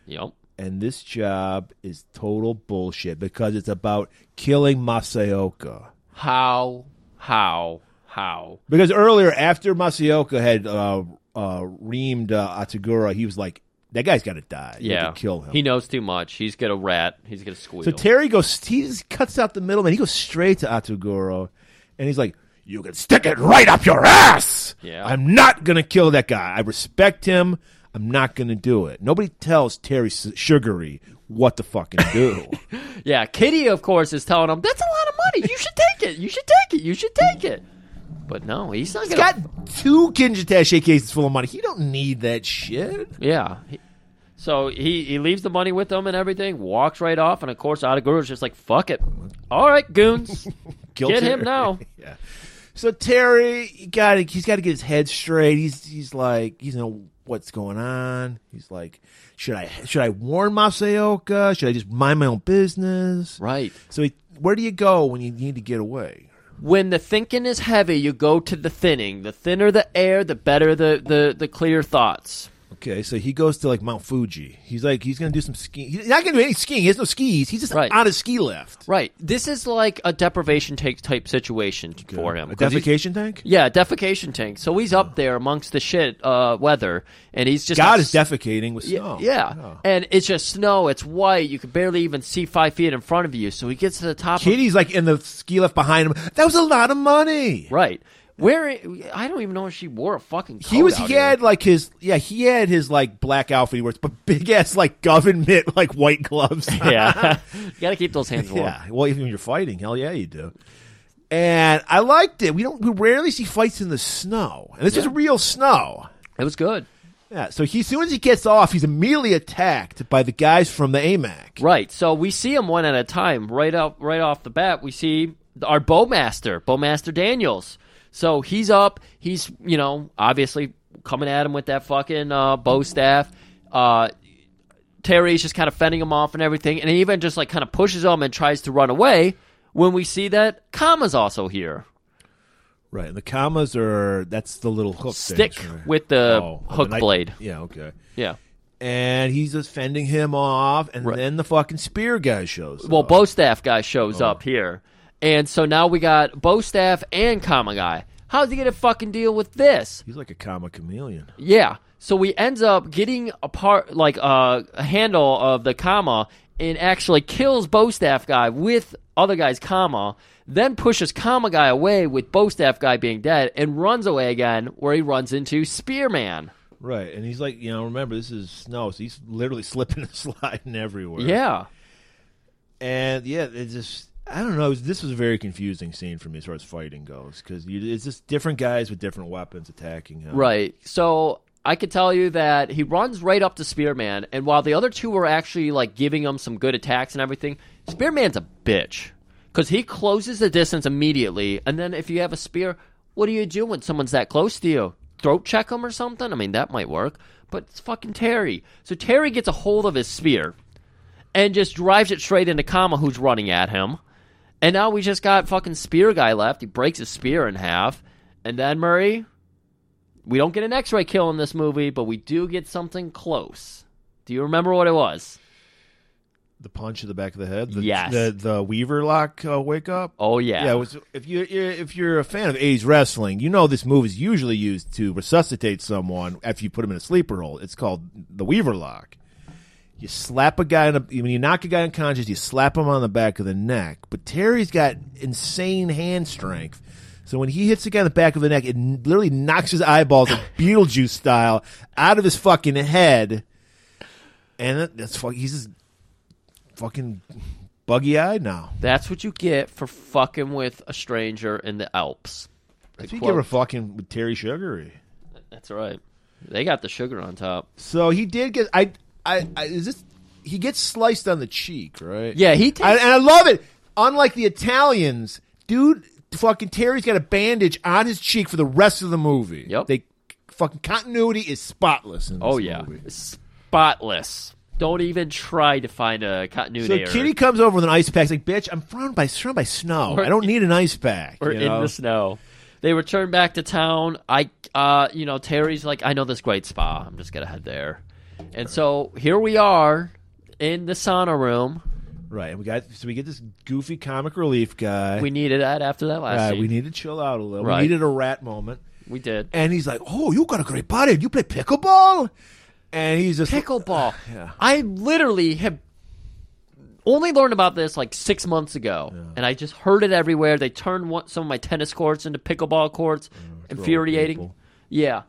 Yep. And this job is total bullshit because it's about killing Masaoka. How, how, how? Because earlier, after Masaoka had uh, uh, reamed uh, Atagura, he was like, "That guy's got to die. You Yeah. have to kill him." He knows too much. He's going to rat. He's going to squeal. So Terry goes, he just cuts out the middleman. He goes straight to Atagoro, and he's like, "You can stick it right up your ass. Yeah. I'm not gonna kill that guy. I respect him. I'm not gonna do it. Nobody tells Terry S- Sugary what to fucking do. yeah. Kitty, of course, is telling him, that's a lot of money. You should take it. You should take it. You should take it. But no, he's not he's going to. got two Kinjitashi cases full of money. He don't need that shit. Yeah. He- So he, he leaves the money with them and everything, walks right off, and of course Adaguru's just like, fuck it. All right, goons. Kill Get Terry. him now. yeah. So Terry got he's got to get his head straight. He's he's like he's know what's going on. He's like, should I should I warn Masaoka? Should I just mind my own business? right. So he, where do you go when you need to get away? When the thinking is heavy, you go to the thinning. The thinner the air, the better the, the, the clear thoughts. Okay, so he goes to like Mount Fuji. He's like he's gonna do some skiing. He's not gonna do any skiing. He has no skis. He's just Right. on his ski lift. Right. This is like a deprivation tank type situation for him. a 'cause he's- defecation tank. Yeah, defecation tank. So he's up there amongst the shit uh, weather, and he's just God is Oh, defecating with Yeah, snow. yeah. and it's just snow. It's white. You can barely even see five feet in front of you. So he gets to the top. of Katie's like in the ski lift behind him. That was a lot of money. Right. Where I don't even know if she wore a fucking. Coat He was out he here. had like his yeah he had his like black outfit he wears but big ass like government like white gloves yeah. you got to keep those hands warm. yeah well even when you're fighting hell yeah you do and I liked it we don't we rarely see fights in the snow and this is real snow It was good. yeah so he as soon as he gets off he's immediately attacked by the guys from the AMAC Right. So we see him one at a time. Right up, right off the bat, we see our bowmaster, bowmaster Daniels. So he's up. He's you know obviously coming at him with that fucking uh, bow staff. Uh, Terry's just kind of fending him off and everything, and he even just like kind of pushes him and tries to run away. When we see that Kama's also here, right and the commas are that's the little hook stick things, right? with the Oh, oh, hook the knife- blade. yeah okay Yeah. and he's just fending him off and Right. then the fucking spear guy shows Well, up. Bo Staff guy shows up here, and so now we got Bo Staff and Kama guy. How's he gonna fucking deal with this? He's like a comic chameleon. Yeah. So we ends up getting a part, like uh, a handle of the comma, and actually kills Bostaff guy with other guy's comma. Then pushes comma guy away with Bostaff guy being dead, and runs away again, where he runs into Spearman. Right. And he's like, you know, remember, this is snow, so he's literally slipping and sliding everywhere. Yeah. And yeah, it just, I don't know. This was a very confusing scene for me as far as fighting goes because it's just different guys with different weapons attacking him. Right. So I could tell you that he runs right up to Spearman, and while the other two were actually like giving him some good attacks and everything, Spearman's a bitch because he closes the distance immediately. And then if you have a spear, what do you do when someone's that close to you? Throat check him or something? I mean, that might work. But it's fucking Terry. So Terry gets a hold of his spear and just drives it straight into Kama, who's running at him. And now we just got fucking spear guy left. He breaks his spear in half. And then Murray, we don't get an X-ray kill in this movie, but we do get something close. Do you remember what it was? The punch in the back of the head. The, Yes. The, the Weaver lock uh, wake up. Oh yeah, Yeah, it was, if you if you're a fan of '80s wrestling, you know this move is usually used to resuscitate someone after you put him in a sleeper hold. It's called the Weaver Lock. You slap a guy in a, when you knock a guy unconscious, you slap him on the back of the neck. But Terry's got insane hand strength, so when he hits the guy in the back of the neck, it n- literally knocks his eyeballs, like Beetlejuice style, out of his fucking head. And that- that's fuck. He's just fucking buggy eyed now. that's what you get for fucking with a stranger in the Alps. If To you quote- give a fucking with Terry Sugary. that's right. They got the sugar on top. So he did get. I. I. I is this? He gets sliced on the cheek, right? Yeah, he takes- I, and I love it. Unlike the Italians, dude, fucking Terry's got a bandage on his cheek for the rest of the movie. Yep. They fucking continuity is spotless. In this Oh yeah, movie. spotless. Don't even try to find a So continuity. error. Kitty comes over with an ice pack. He's like, bitch, I'm surrounded by surrounded by snow. We're- I don't need an ice pack. We're you in know? the snow. They return back to town. I, uh, you know, Terry's like, I know this great spa. I'm just gonna head there. And so here we are in the sauna room. right. And we got so we get this goofy comic relief guy. We needed that after that last Uh, scene. we need to chill out a little. Right. We needed a rat moment. We did. And he's like, "Oh, you got a great body. You play pickleball?" And he's just Pickleball. I literally have only learned about this like six months ago, and I just heard it everywhere. They turned one, some of my tennis courts into pickleball courts. infuriating. people. Yeah.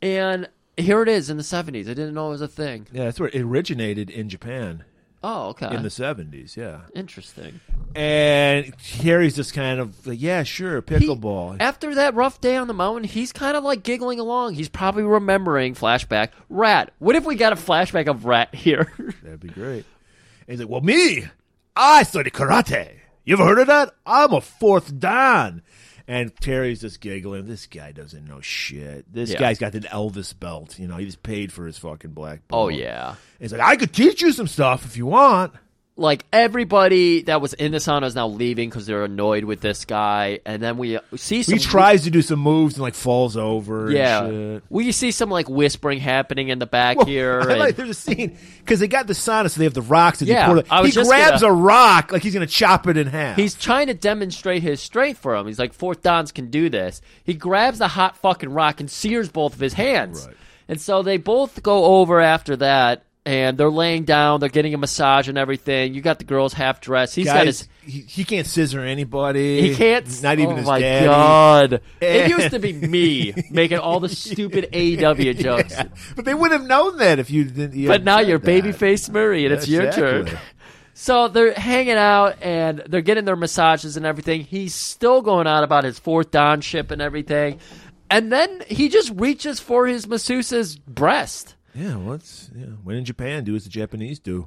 And here it is in the 70s. I didn't know it was a thing. Yeah, that's where it originated in Japan Oh, okay. in the seventies. Yeah, Interesting. and Harry's just kind of like, "Yeah, sure, He- pickleball." after that rough day on the mountain, he's kind of like giggling along. He's probably remembering flashback. Rat. What if we got a flashback of Rat here? That'd be great. And he's like, "Well, me, I study karate. You ever heard of that? I'm a fourth dan." And Terry's just giggling. This guy doesn't know shit. This Yeah. guy's got an Elvis belt. You know, he just paid for his fucking black belt. oh, yeah. He's like, I could teach you some stuff if you want. like everybody that was in the sauna is now leaving because they're annoyed with this guy, and then we uh, see some. he tries to do some moves and like falls over. yeah, And shit. we see some like whispering happening in the back Well, here. I like and- there's a scene because they got the sauna, so they have the rocks. And Yeah, they pour it- I was he just grabs gonna- a rock like he's gonna chop it in half. He's trying to demonstrate his strength for him. He's like, Fourth Dons can do this. He grabs the hot fucking rock and sears both of his hands. Right. And so they both go over after that, and they're laying down. They're getting a massage and everything. You got the girls half dressed. He's got his. Guys, he, he can't scissor anybody. He can't. Eh, Not even oh his my daddy. god! It And- used to be me making all the stupid AEW jokes, Yeah. But they would have known that if you didn't. you but now hadn't you're said that. babyface Murray, and it's your Exactly. turn. So they're hanging out and they're getting their massages and everything. He's still going on about his fourth Don ship and everything, and then he just reaches for his masseuse's breast. Yeah, well, it's, yeah. When in Japan, do as the Japanese do.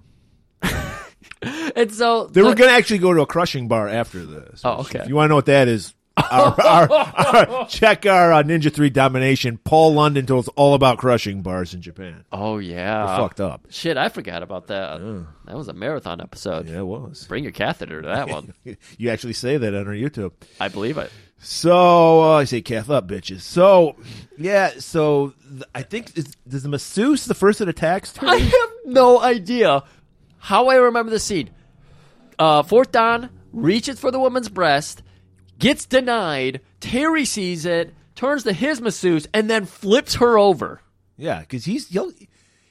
And so They the- were going to actually go to a crushing bar after this. Oh, which, okay. If you want to know what that is, our, our, our- check our uh, Ninja 3 domination. Paul London told us all about crushing bars in Japan. Oh yeah, They're fucked up. Shit, I forgot about that. That was a marathon episode. Yeah, it was. Bring your catheter to that one. You actually say that on our YouTube. I believe it. So uh, I say, calf up, bitches. So, yeah, so th- I think, is, is the masseuse the first that attacks? too? I have no idea how I remember the scene. Uh, Fourth Don reaches for the woman's breast, gets denied. Terry sees it, turns to his masseuse, and then flips her over. Yeah, because he's he'll,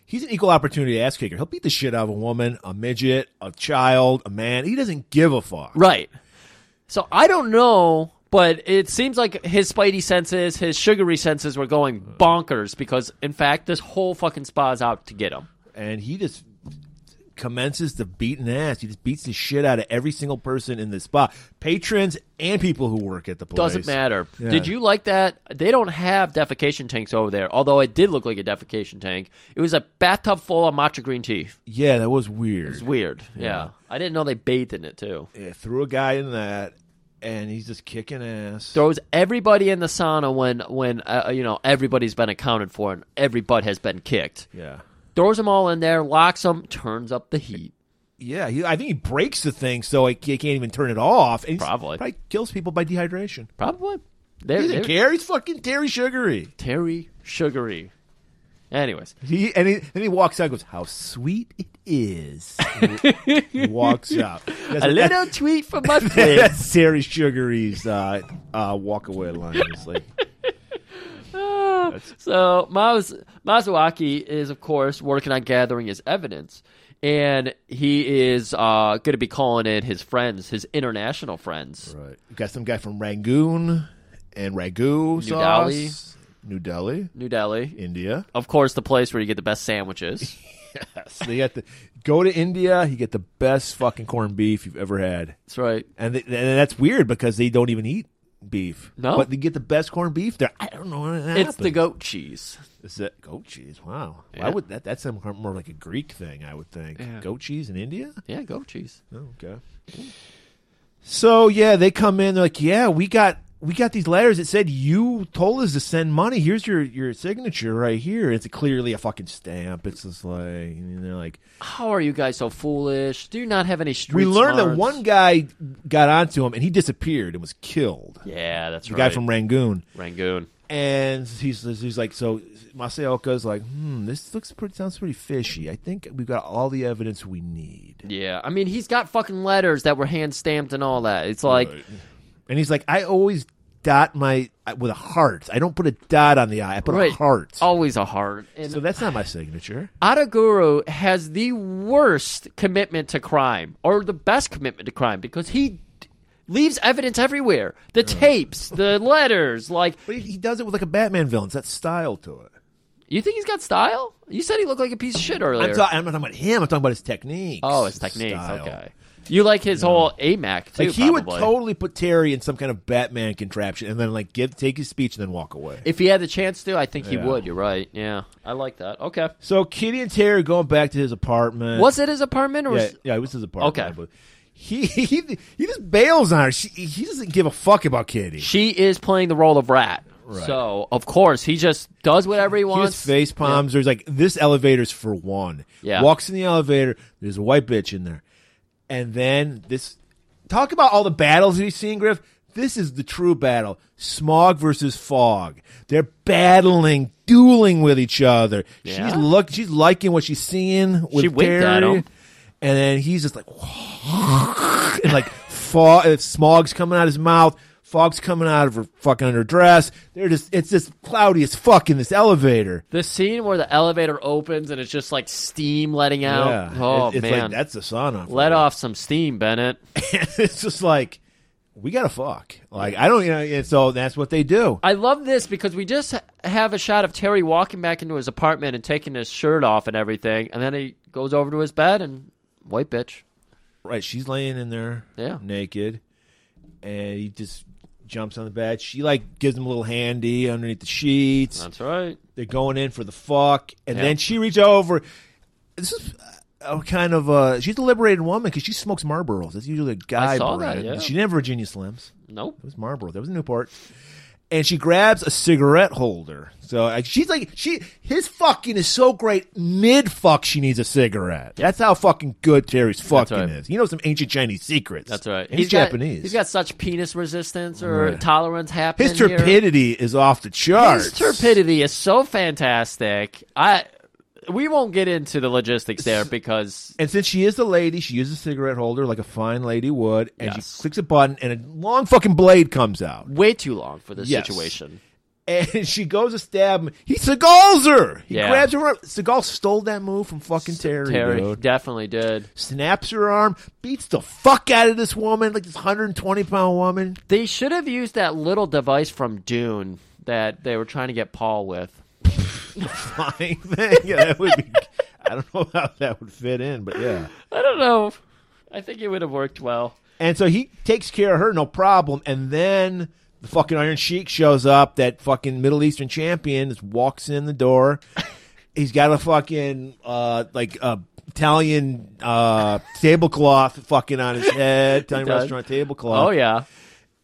he's an equal opportunity ass kicker. He'll beat the shit out of a woman, a midget, a child, a man. He doesn't give a fuck. Right. So I don't know, but it seems like his spidey senses, his sugary senses were going bonkers because, in fact, this whole fucking spa is out to get him. And he just commences to beating ass. He just beats the shit out of every single person in the spa, patrons and people who work at the place. Doesn't matter. Yeah. Did you like that? They don't have defecation tanks over there, although it did look like a defecation tank. It was a bathtub full of matcha green tea. Yeah, that was weird. It's weird. Yeah. I didn't know they bathed in it, too. Yeah, threw a guy in that, and he's just kicking ass. Throws everybody in the sauna when, when uh, you know, everybody's been accounted for and every butt has been kicked. yeah. Throws them all in there, locks them, turns up the heat. Yeah, he, I think he breaks the thing so he can't even turn it off. And he's- Probably. probably kills people by dehydration. Probably. They're, He doesn't they're care. He's fucking Terry Sugary. Terry Sugary. Anyways, He and he, then he walks out. and Goes, how sweet it is. he walks out. That's, a little tweet for my That's, friends. that's Terry Sugary's uh, uh, walk away line. It's like, So Mas- Mazuaki is, of course, working on gathering his evidence, and he is uh, going to be calling in his friends, his international friends. right. You got some guy from Rangoon and Ragu Delhi. sauce. New Delhi, New Delhi, India. of course, the place where you get the best sandwiches. So you got the go to India. You get the best fucking corned beef you've ever had, That's right. and, they, and that's weird because they don't even eat beef. No. but they get the best corned beef there. I don't know. What It's the goat cheese. Is that goat cheese? Wow. Yeah. Why would that? That's some- more like a Greek thing, I would think. Goat cheese in India? Yeah, goat cheese. Oh, okay. So yeah, they come in. They're like, yeah, we got we got these letters that said you told us to send money. Here's your your signature right here. It's clearly a fucking stamp. It's just like and they're like, How are you guys so foolish? Do you not have any street? we learned that smarts? one guy got onto him and he disappeared and was killed. Yeah, that's The right. guy from Rangoon. Rangoon. and he's he's like so Masaoka's like hmm this looks pretty sounds pretty fishy I think we've got all the evidence we need Yeah, I mean, he's got fucking letters that were hand stamped and all that. It's like, and he's like I always dot my uh, with a heart I don't put a dot on the eye I put right, Oh. a heart always a heart. And so that's not my signature Adaguru has the worst commitment to crime, or the best commitment to crime, because he d- leaves evidence everywhere the tapes, the letters. Like, but he, he does it with like a Batman villain it's that style to it you think he's got style? You said he looked like a piece of shit earlier. I'm, ta- I'm not talking about him I'm talking about his techniques oh, his techniques. style. Okay. You like his whole AMAC, too. like he would probably. totally put Terry in some kind of Batman contraption and then like give take his speech and then walk away If he had the chance to, I think he Yeah. would. You're right. Yeah. I like that. Okay. so Kitty and Terry are going back to his apartment Was it his apartment or Yeah, was. yeah, it was his apartment. Okay. But he, he he just bails on her. She, he doesn't give a fuck about Kitty. She is playing the role of rat. So, of course, he just does whatever he He wants. just face palms. There's like this elevator's for one. Yeah. Walks in the elevator. There's a white bitch in there, and then this. Talk about all the battles we've seen, Griff. This is the true battle: smog versus fog. They're battling, dueling with each other. Yeah. She's look. She's liking what she's seeing with She winked at Terry. him. and then he's just like, and like fog, smog's coming out his mouth. Fog's coming out of her fucking under dress. They're just it's just cloudy as fuck in this elevator. The scene where the elevator opens and it's just like steam letting out. Oh It- it's man, like that's the sauna. let off some steam, Bennett. it's just like we gotta fuck. Like I don't you know. And so that's what they do. I love this because we just ha- have a shot of Terry walking back into his apartment and taking his shirt off and everything, and then he goes over to his bed and white bitch. Right, she's laying in there, Yeah. naked, and he just jumps on the bed. She like gives him a little handy underneath the sheets. That's right. They're going in for the fuck, and Yeah. then she reaches over. This is a kind of uh, she's a liberated woman because she smokes Marlboros. That's usually a guy saw that, brand. yeah. She never Virginia Slims. Nope. It was Marlboro. That was Newport. And she grabs a cigarette holder. So like, she's like, she his fucking is so great. Mid fuck, she needs a cigarette. That's how fucking good Terry's fucking right. is. You know some ancient Chinese secrets. That's right. And he's, got- Japanese. He's got such penis resistance or Right. tolerance happening. his turpidity is off the charts. His turpidity is so fantastic. I we won't get into the logistics there because And since she is a lady, she uses a cigarette holder like a fine lady would, and Yes. she clicks a button, and a long fucking blade comes out. way too long for this Yes. situation. And she goes to stab him. He Seagal's her. He Yeah. grabs her. arm. Seagal stole that move from fucking Terry. Terry dude. definitely did. snaps her arm, beats the fuck out of this woman, like this 120 pound woman. They should have used that little device from Dune that they were trying to get Paul with. Flying thing. Yeah, that would be. I don't know how that would fit in, but yeah. I don't know. I think it would have worked well. And so he takes care of her, no problem. And then the fucking Iron Sheik shows up, that fucking Middle Eastern champion, just walks in the door. He's got a fucking, uh, like, uh, Italian uh, tablecloth fucking on his head, Italian does. restaurant tablecloth. Oh yeah.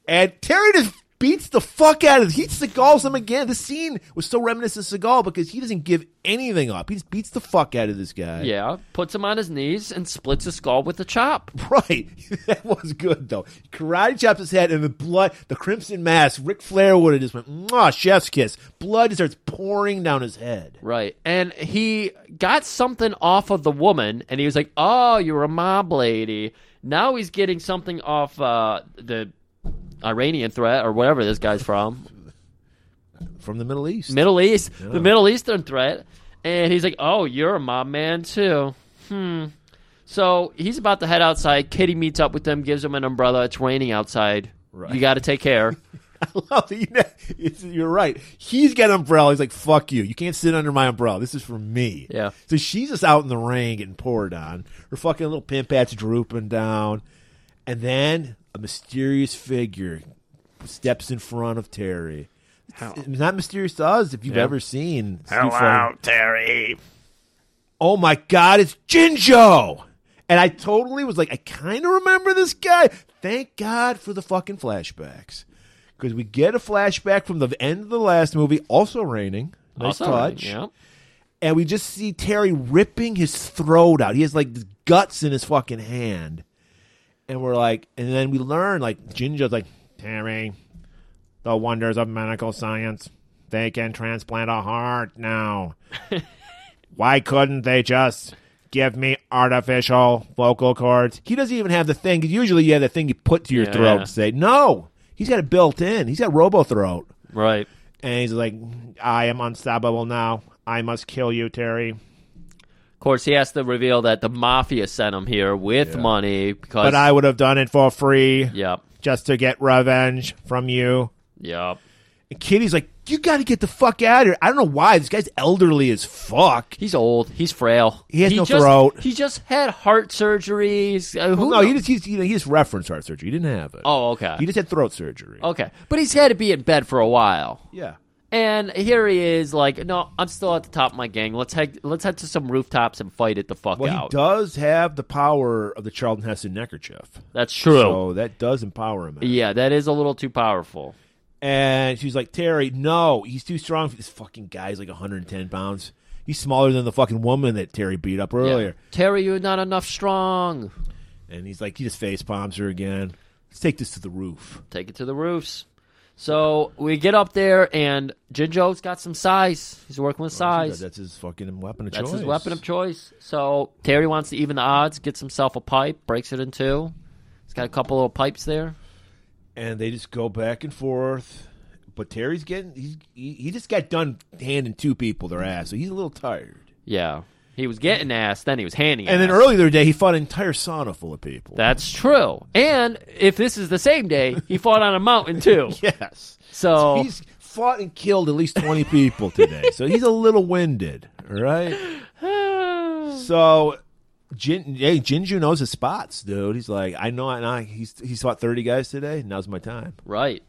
And Terry just beats the fuck out of him. He Seagal's him again. The scene was so reminiscent of Seagal because he doesn't give anything up. He just beats the fuck out of this guy. Yeah, puts him on his knees and splits his skull with a chop. Right. that was good, though. Karate chops his head, and the blood, the crimson mass, Ric Flair would have just went, mwah, chef's kiss. Blood starts pouring down his head. Right. And he got something off of the woman and he was like, "Oh, you're a mob lady." Now he's getting something off uh, the Iranian threat or whatever this guy's from. From the Middle East. Middle East, the Middle Eastern threat, and he's like, "Oh, you're a mob man too." Hmm. So he's about to head outside. Kitty meets up with them, gives him an umbrella. It's raining outside. Right. You got to take care. I love that. You know, it's, you're right. He's got an umbrella. He's like, fuck you. You can't sit under my umbrella. This is for me. Yeah. So she's just out in the rain getting poured on. Her fucking little pimp hat's drooping down. And then a mysterious figure steps in front of Terry. It's not mysterious to us if you've Yeah. ever seen. Street Fighter. Hello, Terry. Oh my God, it's Jinjo! And I totally was like, I kind of remember this guy. Thank God for the fucking flashbacks. Because we get a flashback from the end of the last movie, also raining. Nice Also, touch. Yeah. And we just see Terry ripping his throat out. He has like guts in his fucking hand. And we're like, and then we learn, like, Jinjo's like, Terry, the wonders of medical science. They can transplant a heart now. Why couldn't they just give me artificial vocal cords? He doesn't even have the thing. Usually you have the thing you put to your Yeah. throat and say, no. He's got it built in. He's got robo throat. Right. And he's like, I am unstoppable now. I must kill you, Terry. Of course, he has to reveal that the mafia sent him here with money because. But I would have done it for free Yep. just to get revenge from you. Yep. And Kitty's like, You got to get the fuck out of here. I don't know why. This guy's elderly as fuck. He's old. He's frail. He has no just, throat. He just had heart surgery. He's- uh, who Well, no, kno- he just, he's, you know, he just referenced heart surgery. He didn't have it. Oh, okay. He just had throat surgery. okay. But he's had to be in bed for a while. Yeah. And here he is, like, no, I'm still at the top of my gang. Let's head, let's head to some rooftops and fight it the fuck Well, he out. does have the power of the Charlton Heston neckerchief. That's true. So that does empower him. yeah, that is a little too powerful. And she's like, Terry, no, he's too strong. for This fucking guy's like 110 pounds. He's smaller than the fucking woman that Terry beat up Yeah. earlier. Terry, you're not enough strong. And he's like, he just face palms her again. Let's take this to the roof. Take it to the roofs. So we get up there, and Jinjo's got some size. Uh, He's working Oh, with size. That's his fucking weapon of That's choice. his weapon of choice. So Terry wants to even the odds, gets himself a pipe, breaks it in two. He's got a couple little pipes there. and they just go back and forth. But Terry's getting he's, he he just got done handing two people their ass, so he's a little tired. Yeah. He was getting ass, then he was handing And then ass. earlier today, he fought an entire sauna full of people. That's true. And if this is the same day, he fought on a mountain too. yes, So he's fought and killed at least twenty people today, so he's a little winded. All right. So, Jin, hey, Jinju knows his spots, dude. He's like, I know, and I he's he's fought thirty guys today. Now's my time. Right.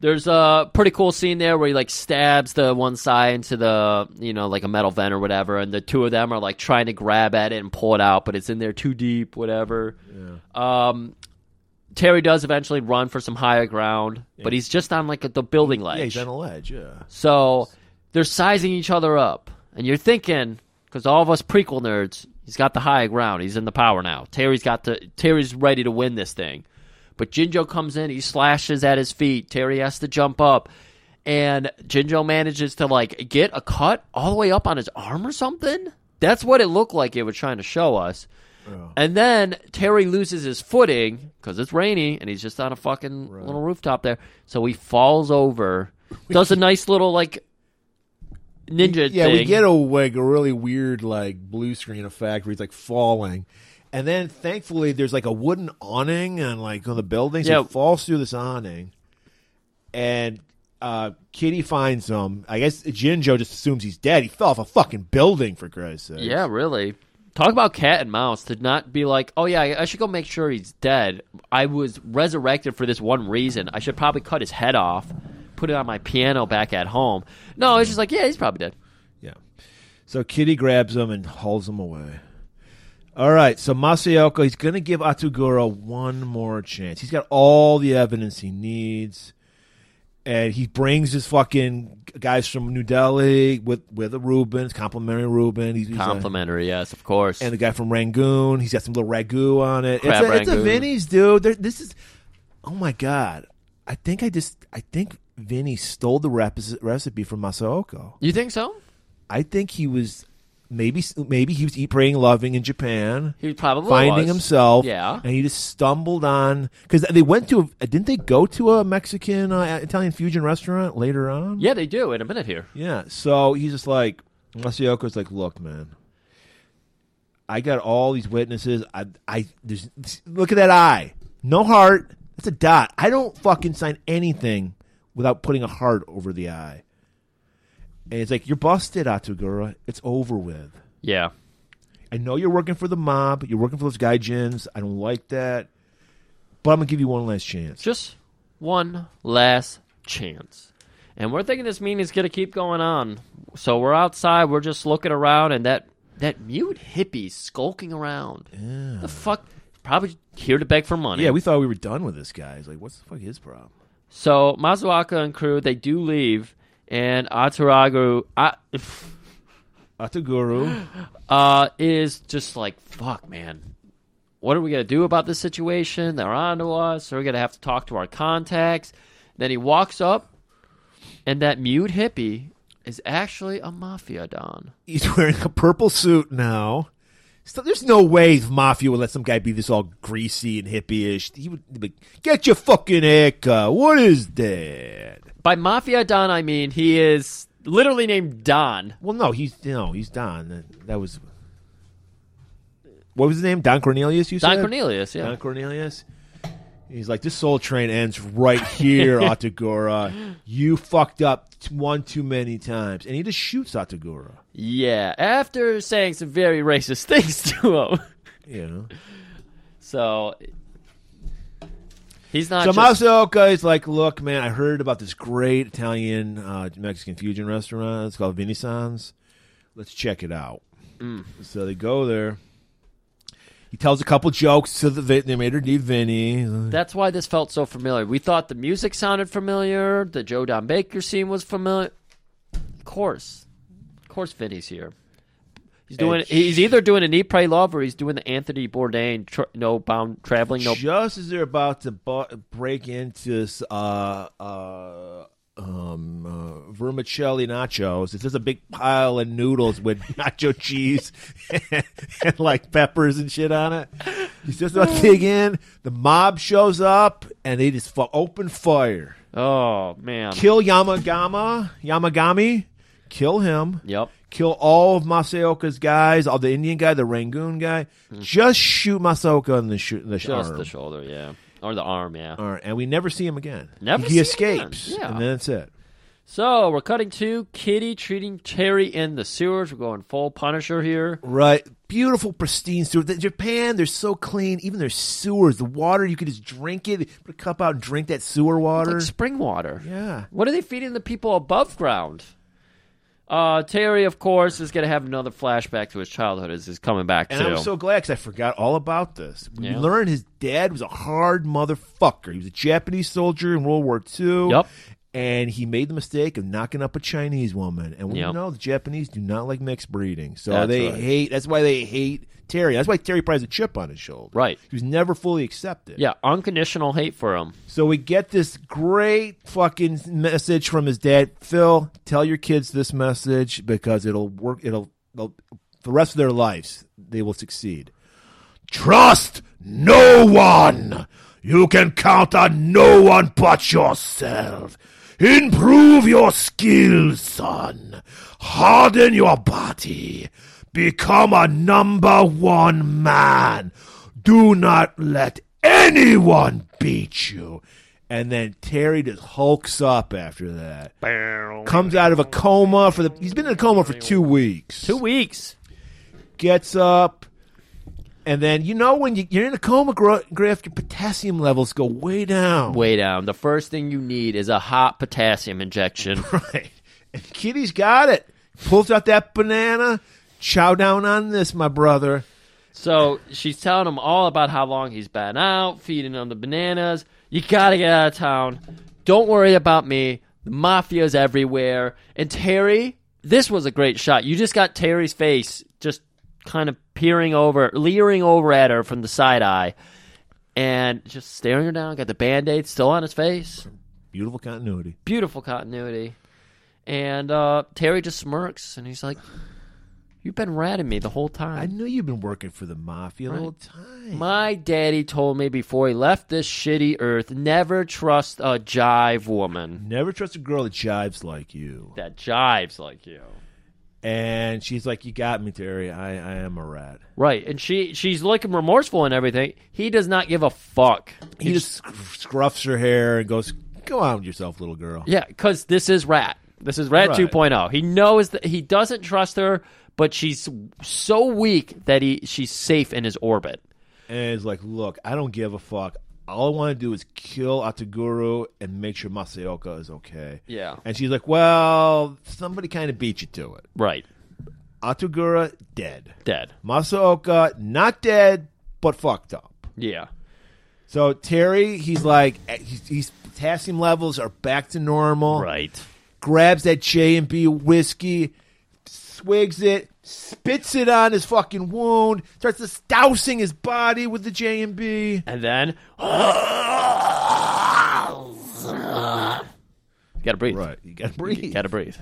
There's a pretty cool scene there where he like stabs the one side into the you know like a metal vent or whatever, and the two of them are like trying to grab at it and pull it out, but it's in there too deep, whatever. Um, Terry does eventually run for some higher ground, but he's just on like the building ledge. Yeah, he's on a ledge. Yeah. So they're sizing each other up, and you're thinking because all of us prequel nerds, he's got the high ground. He's in the power now. Terry's got the Terry's ready to win this thing, but Jinjo comes in. He slashes at his feet. Terry has to jump up, and Jinjo manages to like get a cut all the way up on his arm or something. That's what it looked like it was trying to show us. And then Terry loses his footing because it's rainy and he's just on a fucking little rooftop there. So he falls over, does a nice little like ninja Yeah, thing. we get a like a really weird like blue screen effect where he's like falling. And then thankfully there's like a wooden awning and like on the building. So Yeah. he falls through this awning. And uh Kitty finds him. I guess Jinjo just assumes he's dead. He fell off a fucking building for Christ's sake. yeah, really. Talk about cat and mouse to not be like, oh yeah, I I should go make sure he's dead. I was resurrected for this one reason. I should probably cut his head off, put it on my piano back at home. No, it's just like, yeah, he's probably dead. Yeah. So Kitty grabs him and hauls him away. All right, so Masayoko, he's going to give Atugura one more chance. He's got all the evidence he needs. And he brings his fucking guys from New Delhi with, with a Rubens, complimentary Ruben. He's, he's a- Complimentary, yes, of course. and the guy from Rangoon, he's got some little ragu on it. Crab it's, a, it's a Rangoon. Vinny's, dude. There, this is, oh my God. I think I just, I think Vinny stole the rep- recipe from Masayoko. you think so? I think he was maybe maybe he was eat, praying, loving in Japan, He probably finding was. himself. Yeah. and he just stumbled on because they went to a, didn't they go to a Mexican uh, Italian fusion restaurant later on? Yeah, they do in a minute here. yeah. So he's just like Masayoko's like, look, man. I got all these witnesses. I, I, there's, look at that eye. No heart. That's a dot. I don't fucking sign anything without putting a heart over the eye. And it's like you're busted, Atugura. It's over with. Yeah. I know you're working for the mob. You're working for those gaijins. I don't like that. But I'm going to give you one last chance. just one last chance. And we're thinking this meeting's going to keep going on. So we're outside, we're just looking around, and that, that mute hippie skulking around. The fuck? Probably here to beg for money. Yeah, we thought we were done with this guy. It's like, what's the fuck his problem? so Mazuaka and crew, they do leave, and Ataragu uh, Atuguru. uh, is just like, fuck, man. What are we going to do about this situation? They're on to us. We're going to have to talk to our contacts. Then he walks up, and that mute hippie is actually a mafia don. He's wearing a purple suit now. So there's no way the mafia would let some guy be this all greasy and hippie-ish. He would be, get your fucking haircut. What is that? By mafia don, I mean he is literally named Don. Well, no, he's no, he's Don. That- That was what was his name? Don Cornelius. You Don said Cornelius, yeah. Don Cornelius. He's like, this soul train ends right here, Atagora. You fucked up t- one too many times, and he just shoots Atagora. Yeah, after saying some very racist things to him. You know. So he's not So just- Masaoka is like, look, man, I heard about this great Italian uh, Mexican fusion restaurant. It's called Vinisan's. Let's check it out. Mm. So they go there. He tells a couple jokes to the Vin- they made her do Vinny. That's why this felt so familiar. We thought the music sounded familiar. The Joe Don Baker scene was familiar. Of course, of course, Vinny's here. He's doing. And- he's either doing a Need Pray Love or he's doing the Anthony Bourdain tr no bound traveling no. Just as they're about to bu- break into this, uh, uh, um, uh, vermicelli nachos, it's just a big pile of noodles with nacho cheese and, like peppers and shit on it. He's just about to dig in. The mob shows up and they just fu- open fire. Oh man. Kill Yamagama, Yamagami. Kill him. Yep. Kill all of Masaoka's guys, all the Indian guy, the Rangoon guy. Just shoot Masaoka in the, sh- in the Mm. Just arm. the shoulder, yeah, or the arm, yeah. All right, and we never see him again. Never he see him escapes, again, yeah. and then that's it. So we're cutting to Kitty treating Terry in the sewers. We're going full Punisher here. Right, beautiful, pristine sewer. The- Japan, they're so clean. Even their sewers, the water you could just drink it. Put a cup out and drink that sewer water. Like spring water. yeah, What are they feeding the people above ground? Uh, Terry, of course, is going to have another flashback to his childhood as he's coming back and too. I'm so glad because I forgot all about this. We Yeah. learned his dad was a hard motherfucker. He was a Japanese soldier in World War II. Yep. And he made the mistake of knocking up a Chinese woman. And we Yep. know the Japanese do not like mixed breeding. So That's they right. hate, that's why they hate Terry. That's why Terry probably has a chip on his shoulder. Right. He was never fully accepted. yeah, unconditional hate for him. So we get this great fucking message from his dad. Phil, tell your kids this message because it'll work. It'll, it'll the rest of their lives they will succeed. Trust no one. You can count on no one but yourself. Improve your skills, son. Harden your body. Become a number one man. Do not let anyone beat you. And then Terry just hulks up after that. Comes out of a coma for the. He's been in a coma for two weeks Two weeks. gets up, and then you know when you, you're in a coma, gro- Griff, your potassium levels go way down. Way down. The first thing you need is a hot potassium injection. Right. And Kitty's got it. Pulls out that banana. Chow down on this, my brother. So she's telling him all about how long he's been out, feeding him the bananas. You gotta get out of town. Don't worry about me. The mafia's everywhere. And Terry, this was a great shot. You just got Terry's face just kind of peering over, leering over at her from the side eye, and just staring her down. Got the band aid still on his face. Beautiful continuity. Beautiful continuity. And uh, Terry just smirks and he's like, You've been ratting me the whole time. I know you've been working for the mafia the whole time. My daddy told me before he left this shitty earth never trust a jive woman Never trust a girl that jives like you. that jives like you. And she's like, "You got me, Terry. I, I am a rat." Right, and she she's looking remorseful and everything. He does not give a fuck. He just sc- scruffs her hair and goes, "Go on with yourself, little girl." Yeah, because this is Rat. This is Rat Right. 2.0. He knows that he doesn't trust her, but she's so weak that he she's safe in his orbit. and is like, "Look, I don't give a fuck. All I want to do is kill Ataguru and make sure Masaoka is okay." Yeah. And she's like, "Well, somebody kind of beat you to it. Right, Atagura dead. dead. Masaoka not dead, but fucked up." Yeah, So Terry, he's like, eh, he's, he's potassium levels are back to normal. right. Grabs that J and B whiskey, swigs it, spits it on his fucking wound, starts to dousing his body with the J and B. And then, gotta breathe. Right, you gotta You breathe. gotta breathe.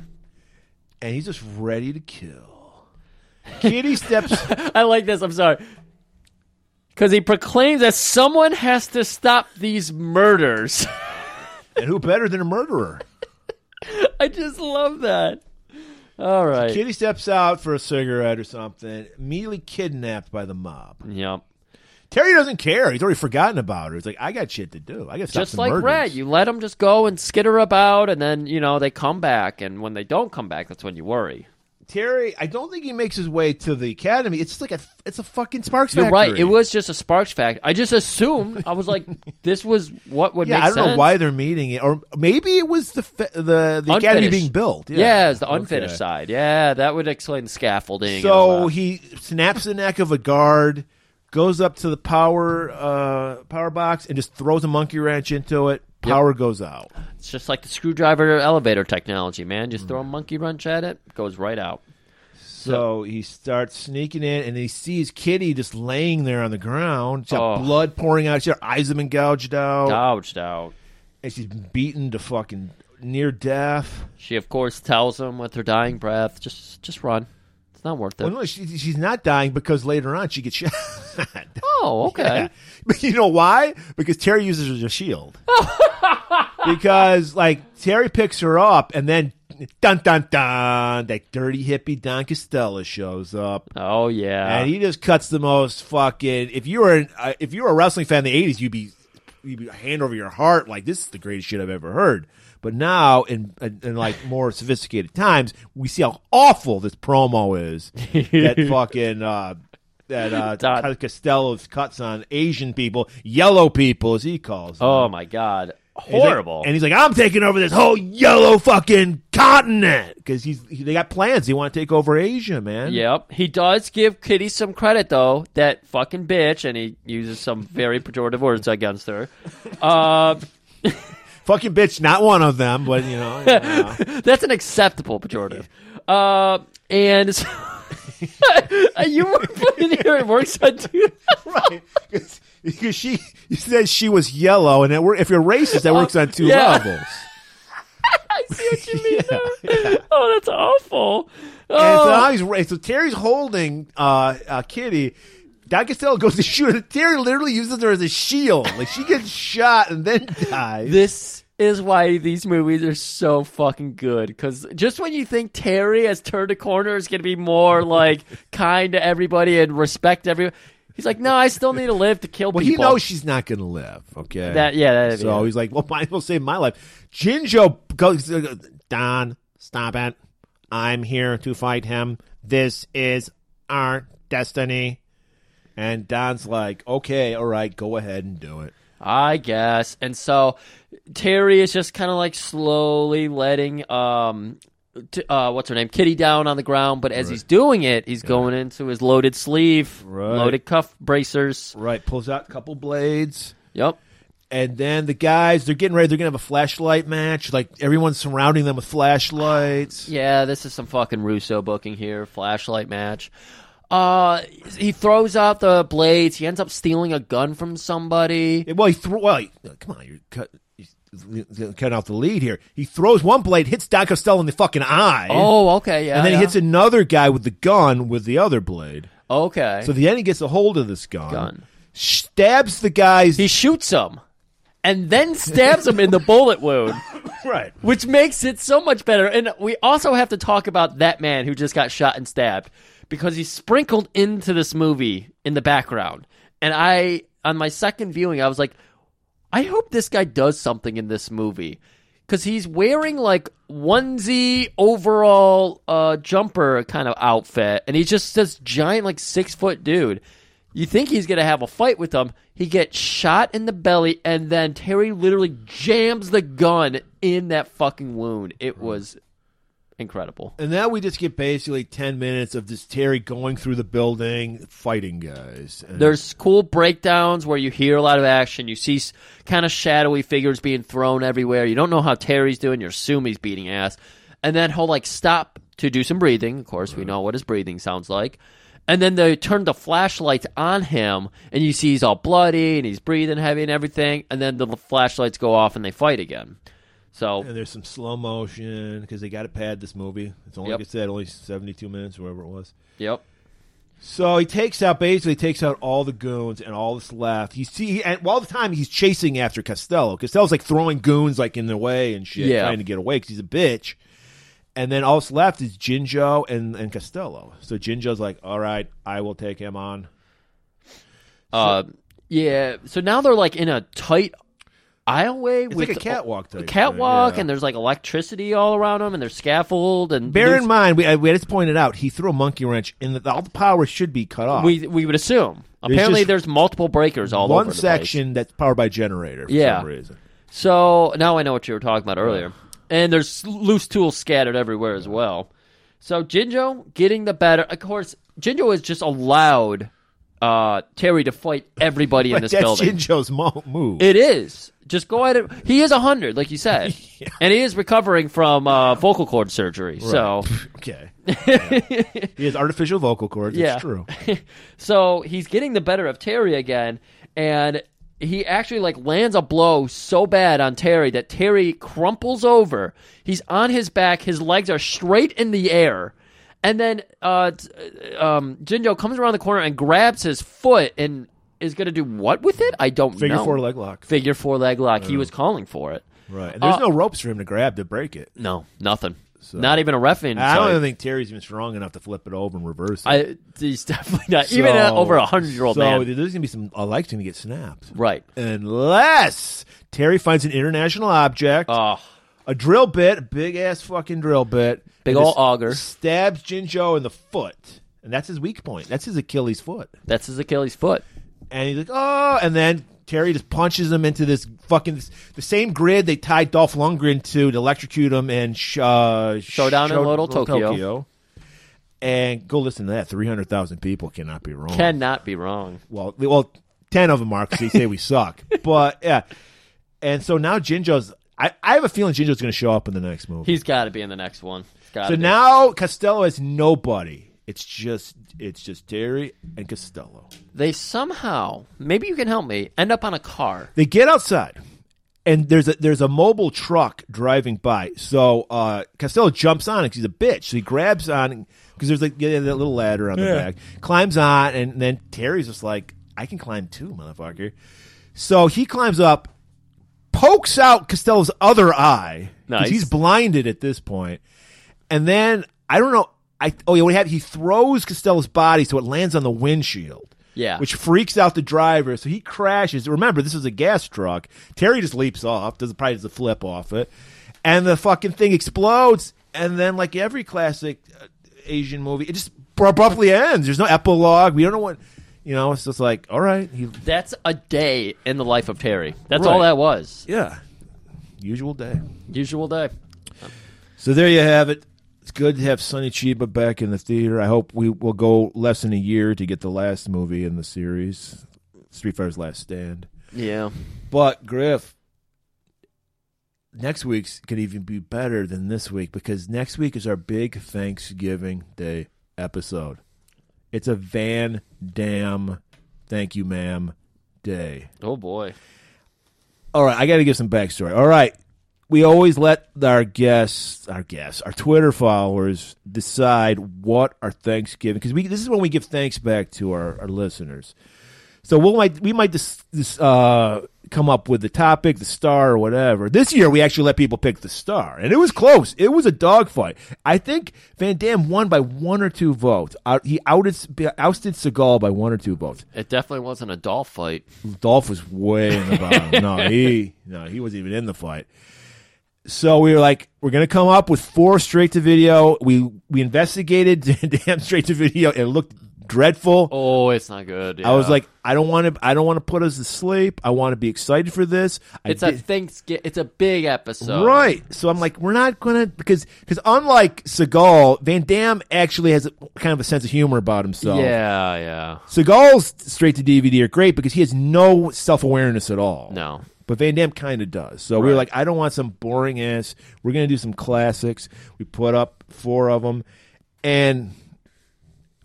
and he's just ready to kill. Kitty steps. I like this. I'm sorry. Because he proclaims that someone has to stop these murders. and who better than a murderer? I just love that. All right. Kitty steps out for a cigarette or something, immediately kidnapped by the mob. Yep. Terry doesn't care. He's already forgotten about her. He's like, I got shit to do. I got to stop Just some like murders. Red, you let them just go and skitter about, and then, you know, they come back. And when they don't come back, that's when you worry. Terry, I don't think he makes his way to the academy. It's just like a, it's a fucking Sparks You're factory. right. It was just a sparks fact. I just assumed. I was like, this was what would Yeah, make I don't sense. know why they're meeting it, or maybe it was the fe- the the academy Unfinished. being built. Yeah, Yeah, it's the unfinished Okay. side. Yeah, that would explain the scaffolding. and all So that. he snaps the neck of a guard, goes up to the power uh, power box, and just throws a monkey wrench into it. Power goes out. It's just like the screwdriver elevator technology, man. Just Mm. throw a monkey wrench at it, goes right out. So he starts sneaking in, and he sees Kitty just laying there on the ground. She's got Oh. blood pouring out. She's got her eyes have been gouged out, Gouged out. and she's been beaten to fucking near death. She of course tells him with her dying breath, just just run. It's not worth Well, it. no, she, she's not dying because later on she gets shot. Oh, okay. Yeah. But you know why? Because Terry uses her as a shield. because like Terry picks her up and then dun dun dun that dirty hippie Don Costello shows up. Oh yeah. and he just cuts the most fucking. If you were an, uh, if you were a wrestling fan in the eighties, you'd be you'd be hand over your heart like this is the greatest shit I've ever heard. But now, in, in, in like more sophisticated times, we see how awful this promo is. that fucking uh, that uh, Dot. Cut- Costello's cuts on Asian people, yellow people as he calls. them. oh my god. And he's like- Horrible. and he's like, I'm taking over this whole yellow fucking continent because he's he, they got plans. They want to take over Asia, man. Yep. He does give Kitty some credit though, that fucking bitch, and he uses some very pejorative words against her. Uh, fucking bitch, not one of them, but you know, you know. that's an acceptable pejorative. Uh, and so, you were putting here it works on dude. right? Because she you said she was yellow, and it, wor- if you're racist, that works on two yeah. levels. I see what you mean. though. Oh, that's awful. And so, now Oh, he's, ra- so Terry's holding uh, uh, Kitty. Don Costello goes to shoot her. Terry literally uses her as a shield. Like she gets shot and then dies. this is why these movies are so fucking good. Because just when you think Terry has turned a corner, is going to be more like kind to everybody and respect everyone. He's like, no, I still need to live to kill well, he people. knows she's not going to live. Okay. That- yeah, that- so yeah. he's like, well, might as well save my life. Jinjo goes. uh, Don, stop it! I'm here to fight him. This is our destiny. And Don's like, okay, all right, go ahead and do it. I guess. And so Terry is just kind of like slowly letting um t- uh what's her name Kitty down on the ground, but as he's doing it, he's going into his loaded sleeve, Right. loaded cuff bracers. Right, pulls out a couple blades. Yep. And then the guys, they're getting ready. They're going to have a flashlight match. Like, everyone's surrounding them with flashlights. Yeah, this is some fucking Russo booking here, flashlight match. Uh he throws out the blades, he ends up stealing a gun from somebody. Well, he threw. Well, he, uh, come on, you're cut. you're Cutting off the lead here. He throws one blade, hits Don Costello in the fucking eye. Oh, okay, yeah. and then yeah. he hits another guy with the gun with the other blade. Okay. So then he gets a hold of this gun, Gun. stabs the guy's he shoots him and then stabs him in the bullet wound. right. which makes it so much better. And we also have to talk about that man who just got shot and stabbed because he's sprinkled into this movie in the background. And I, on my second viewing, I was like, I hope this guy does something in this movie because he's wearing like onesie overall uh, jumper kind of outfit, and he's just this giant like six foot dude. You think he's gonna have a fight with him? He gets shot in the belly, and then Terry literally jams the gun in that fucking wound. It was incredible. And now we just get basically ten minutes of this Terry going through the building fighting guys. And There's cool breakdowns where you hear a lot of action. You see kind of shadowy figures being thrown everywhere. You don't know how Terry's doing. You assume he's beating ass. And then he'll like stop to do some breathing. Of course, we know what his breathing sounds like. And then they turn the flashlights on him, and you see he's all bloody and he's breathing heavy and everything. And then the flashlights go off and they fight again. So and there's some slow motion because they got to pad this movie. It's only Yep. like I said, only seventy two minutes, or whatever it was. yep, So he takes out basically takes out all the goons and all that's left. He see and all the time he's chasing after Costello. Costello's like throwing goons like in their way and shit, Yeah. trying to get away because he's a bitch. And then all that's left is Jinjo and and Costello. So Jinjo's like, "All right, I will take him on." uh, yeah. So now they're like in a tight aisleway It's with like a catwalk type. the catwalk thing, yeah. and there's like electricity all around him and there's scaffold and Bear in loose- mind, we, I- we just pointed out he threw a monkey wrench, and that all the power should be cut off. we we would assume apparently just there's multiple breakers all One over the place. section that's powered by generator for Yeah. some reason. so now i know what you were talking about earlier and there's loose tools scattered everywhere as well so jinjo getting the better of course jinjo is just allowed uh terry to fight everybody in this that's building Jinjo's mo- move. It is. Just go at it. He is 100, like you said. And he is recovering from uh, vocal cord surgery. So Okay. Yeah. he has artificial vocal cords. Yeah. It's true. so he's getting the better of Terry again, and he actually like lands a blow so bad on Terry that Terry crumples over. He's on his back, his legs are straight in the air, And then uh, t- uh, um, Jinjo comes around the corner and grabs his foot and is going to do what with it? I don't Figure know. four leg lock. Figure four leg lock. He was calling for it. Right. And there's Uh, no ropes for him to grab to break it. No, nothing. Not even a ref in. I don't sight. even think Terry's even strong enough to flip it over and reverse it. I, he's definitely not. even a, So- over a hundred year old so man. there's gonna be some a leg's gonna get snapped. Right. Unless Terry finds an international object, Oh, a drill bit, a big ass fucking drill bit, Big and ol' just auger. stabs Jinjo in the foot, and that's his weak point. That's his Achilles foot. that's his Achilles foot. And he's like, oh, and then Terry just punches him into this fucking the same grid they tied Dolph Lundgren to to electrocute him and sh- uh, Showdown in Little Tokyo. And go listen to that. Three hundred thousand people cannot be wrong. Cannot be wrong. Well, they- well, ten of them are because they say we suck. But yeah, and so now Jinjo's. I, I have a feeling Jinjo's going to show up in the next movie. He's got to be in the next one. He's gotta so be. now Costello has nobody. It's just it's just Terry and Costello. they somehow, maybe you can help me, end up on a car. They get outside, and there's a there's a mobile truck driving by. So uh, Costello jumps on it 'cause he's a bitch. So he grabs on because there's like yeah, that little ladder on the back. Climbs on, and then Terry's just like, "I can climb too, motherfucker." So he climbs up, pokes out Costello's other eye 'cause Nice. he's blinded at this point, and then I don't know. I oh yeah, what happened? He throws Costello's body so it lands on the windshield. Yeah. which freaks out the driver, so he crashes. Remember, this is a gas truck. Terry just leaps off, does probably does a flip off it, and the fucking thing explodes. And then, like every classic uh, Asian movie, it just abruptly ends. There's no epilogue. We don't know what you know. It's just like, all right, he, That's a day in the life of Terry. That's Right. all that was. yeah, usual day. Usual day. So there you have it. It's good to have Sonny Chiba back in the theater. I hope we will go less than a year to get the last movie in the series, Street Fighter's Last Stand. Yeah. But Griff, next week's could even be better than this week because next week is our big Thanksgiving Day episode. It's a Van Dam, thank you, ma'am, day. Oh boy. All right, I got to give some backstory. All right, we always let our guests, our guests, our Twitter followers decide what our Thanksgiving because we this is when we give thanks back to our, our listeners. So we might we might dis, dis, uh, come up with the topic, the star, or whatever. This year we actually let people pick the star, and it was close. It was a dogfight. I think Van Dam won by one or two votes. Out he outed ousted Seagal by one or two votes. It definitely wasn't a doll fight. Dolph was way in the bottom. no, he no, he wasn't even in the fight. So we were like, we're gonna come up with four straight to video. We we investigated damn straight to video. It looked dreadful. Oh, it's not good. I was yeah. like, I don't want to. I don't want to put us to sleep. I want to be excited for this. I it's a did- Thanksgiving. It's a big episode. Right. So I'm like, we're not gonna because because unlike Seagal, Van Damme actually has a, kind of a sense of humor about himself. Yeah, yeah. Seagal's straight to DVD are great because he has no self awareness at all. No. But Van Damme kind of does. So we were like, I don't want some boring ass. We're going to do some classics. We put up four of them. And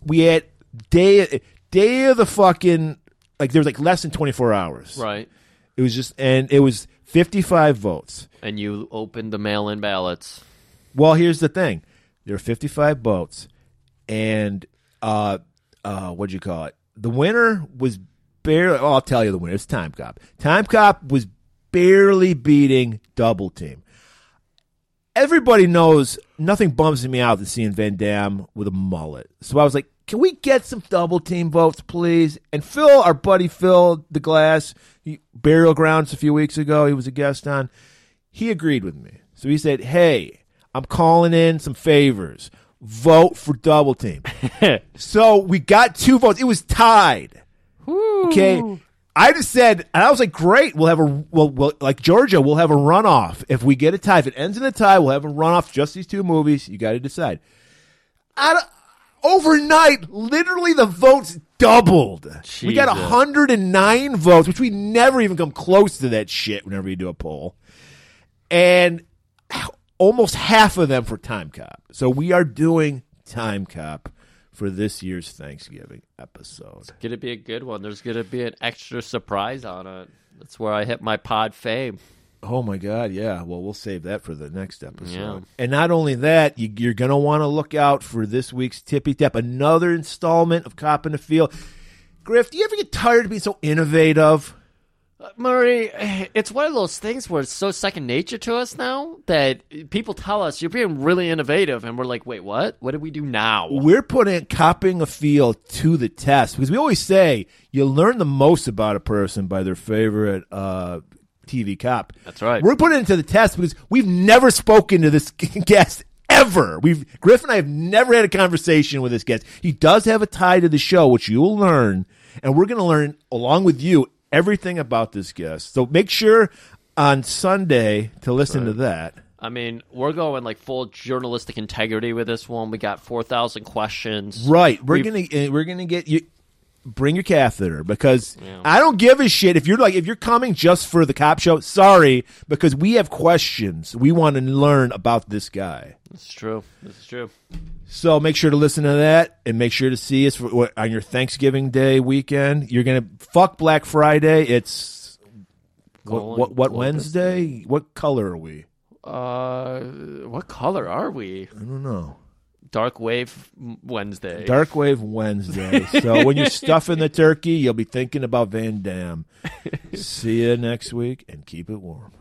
we had day, day of the fucking, like, there was like less than 24 hours. Right. It was just, and it was 55 votes. And you opened the mail in ballots. Well, here's the thing. There are 55 boats, and uh, uh, what'd you call it? The winner was barely. Oh, I'll tell you the winner. It's Time Cop. Time Cop was barely beating Double Team. Everybody knows nothing bums me out than seeing Van Damme with a mullet. So I was like, can we get some double team votes, please? And Phil, our buddy Phil, the glass, he, burial grounds a few weeks ago, he was a guest on he agreed with me. So he said, "Hey, I'm calling in some favors. Vote for Double Team." so we got two votes. It was tied. Okay. I just said, and I was like, "Great, we'll have a well, well, like Georgia, we'll have a runoff if we get a tie. If it ends in a tie, we'll have a runoff. Just these two movies, you got to decide." I don't- overnight, literally, the votes doubled. We got Jesus. 109 votes, which we never even come close to that shit whenever you do a poll and almost half of them for Time Cop. So we are doing Time Cop for this year's Thanksgiving episode. Gonna be a good one. There's gonna be an extra surprise on it. That's where I hit my pod fame. Oh my God! Yeah. Well, we'll save that for the next episode. Yeah. And not only that, you, you're going to want to look out for this week's Tippy Tap, another installment of Cop in the Field. Griff, do you ever get tired of being so innovative? Uh, Murray, it's one of those things where it's so second nature to us now that people tell us you're being really innovative, and we're like, wait, what? What did we do now? We're putting copping a field to the test because we always say you learn the most about a person by their favorite uh, TV cop. That's right. We're putting it to the test because we've never spoken to this guest ever. We've Griff and I have never had a conversation with this guest. He does have a tie to the show, which you will learn, and we're going to learn along with you everything about this guest. So make sure on Sunday to listen to that. I mean, we're going like full journalistic integrity with this one. We got 4,000 questions. Right. We're We've- gonna eh, we're gonna get you. Bring your catheter because I don't give a shit if you're like if you're coming just for the cop show. Sorry, because we have questions. We want to learn about this guy. It's true. This is true. So make sure to listen to that and make sure to see us for, what- on your Thanksgiving Day weekend. You're gonna fuck Black Friday. It's Colon- what what, what colon Wednesday? What color are we? Uh, what color are we? I don't know. Dark Wave Wednesday. Dark Wave Wednesday. so when you're stuffing the turkey, you'll be thinking about Van Dam. See you next week and keep it warm.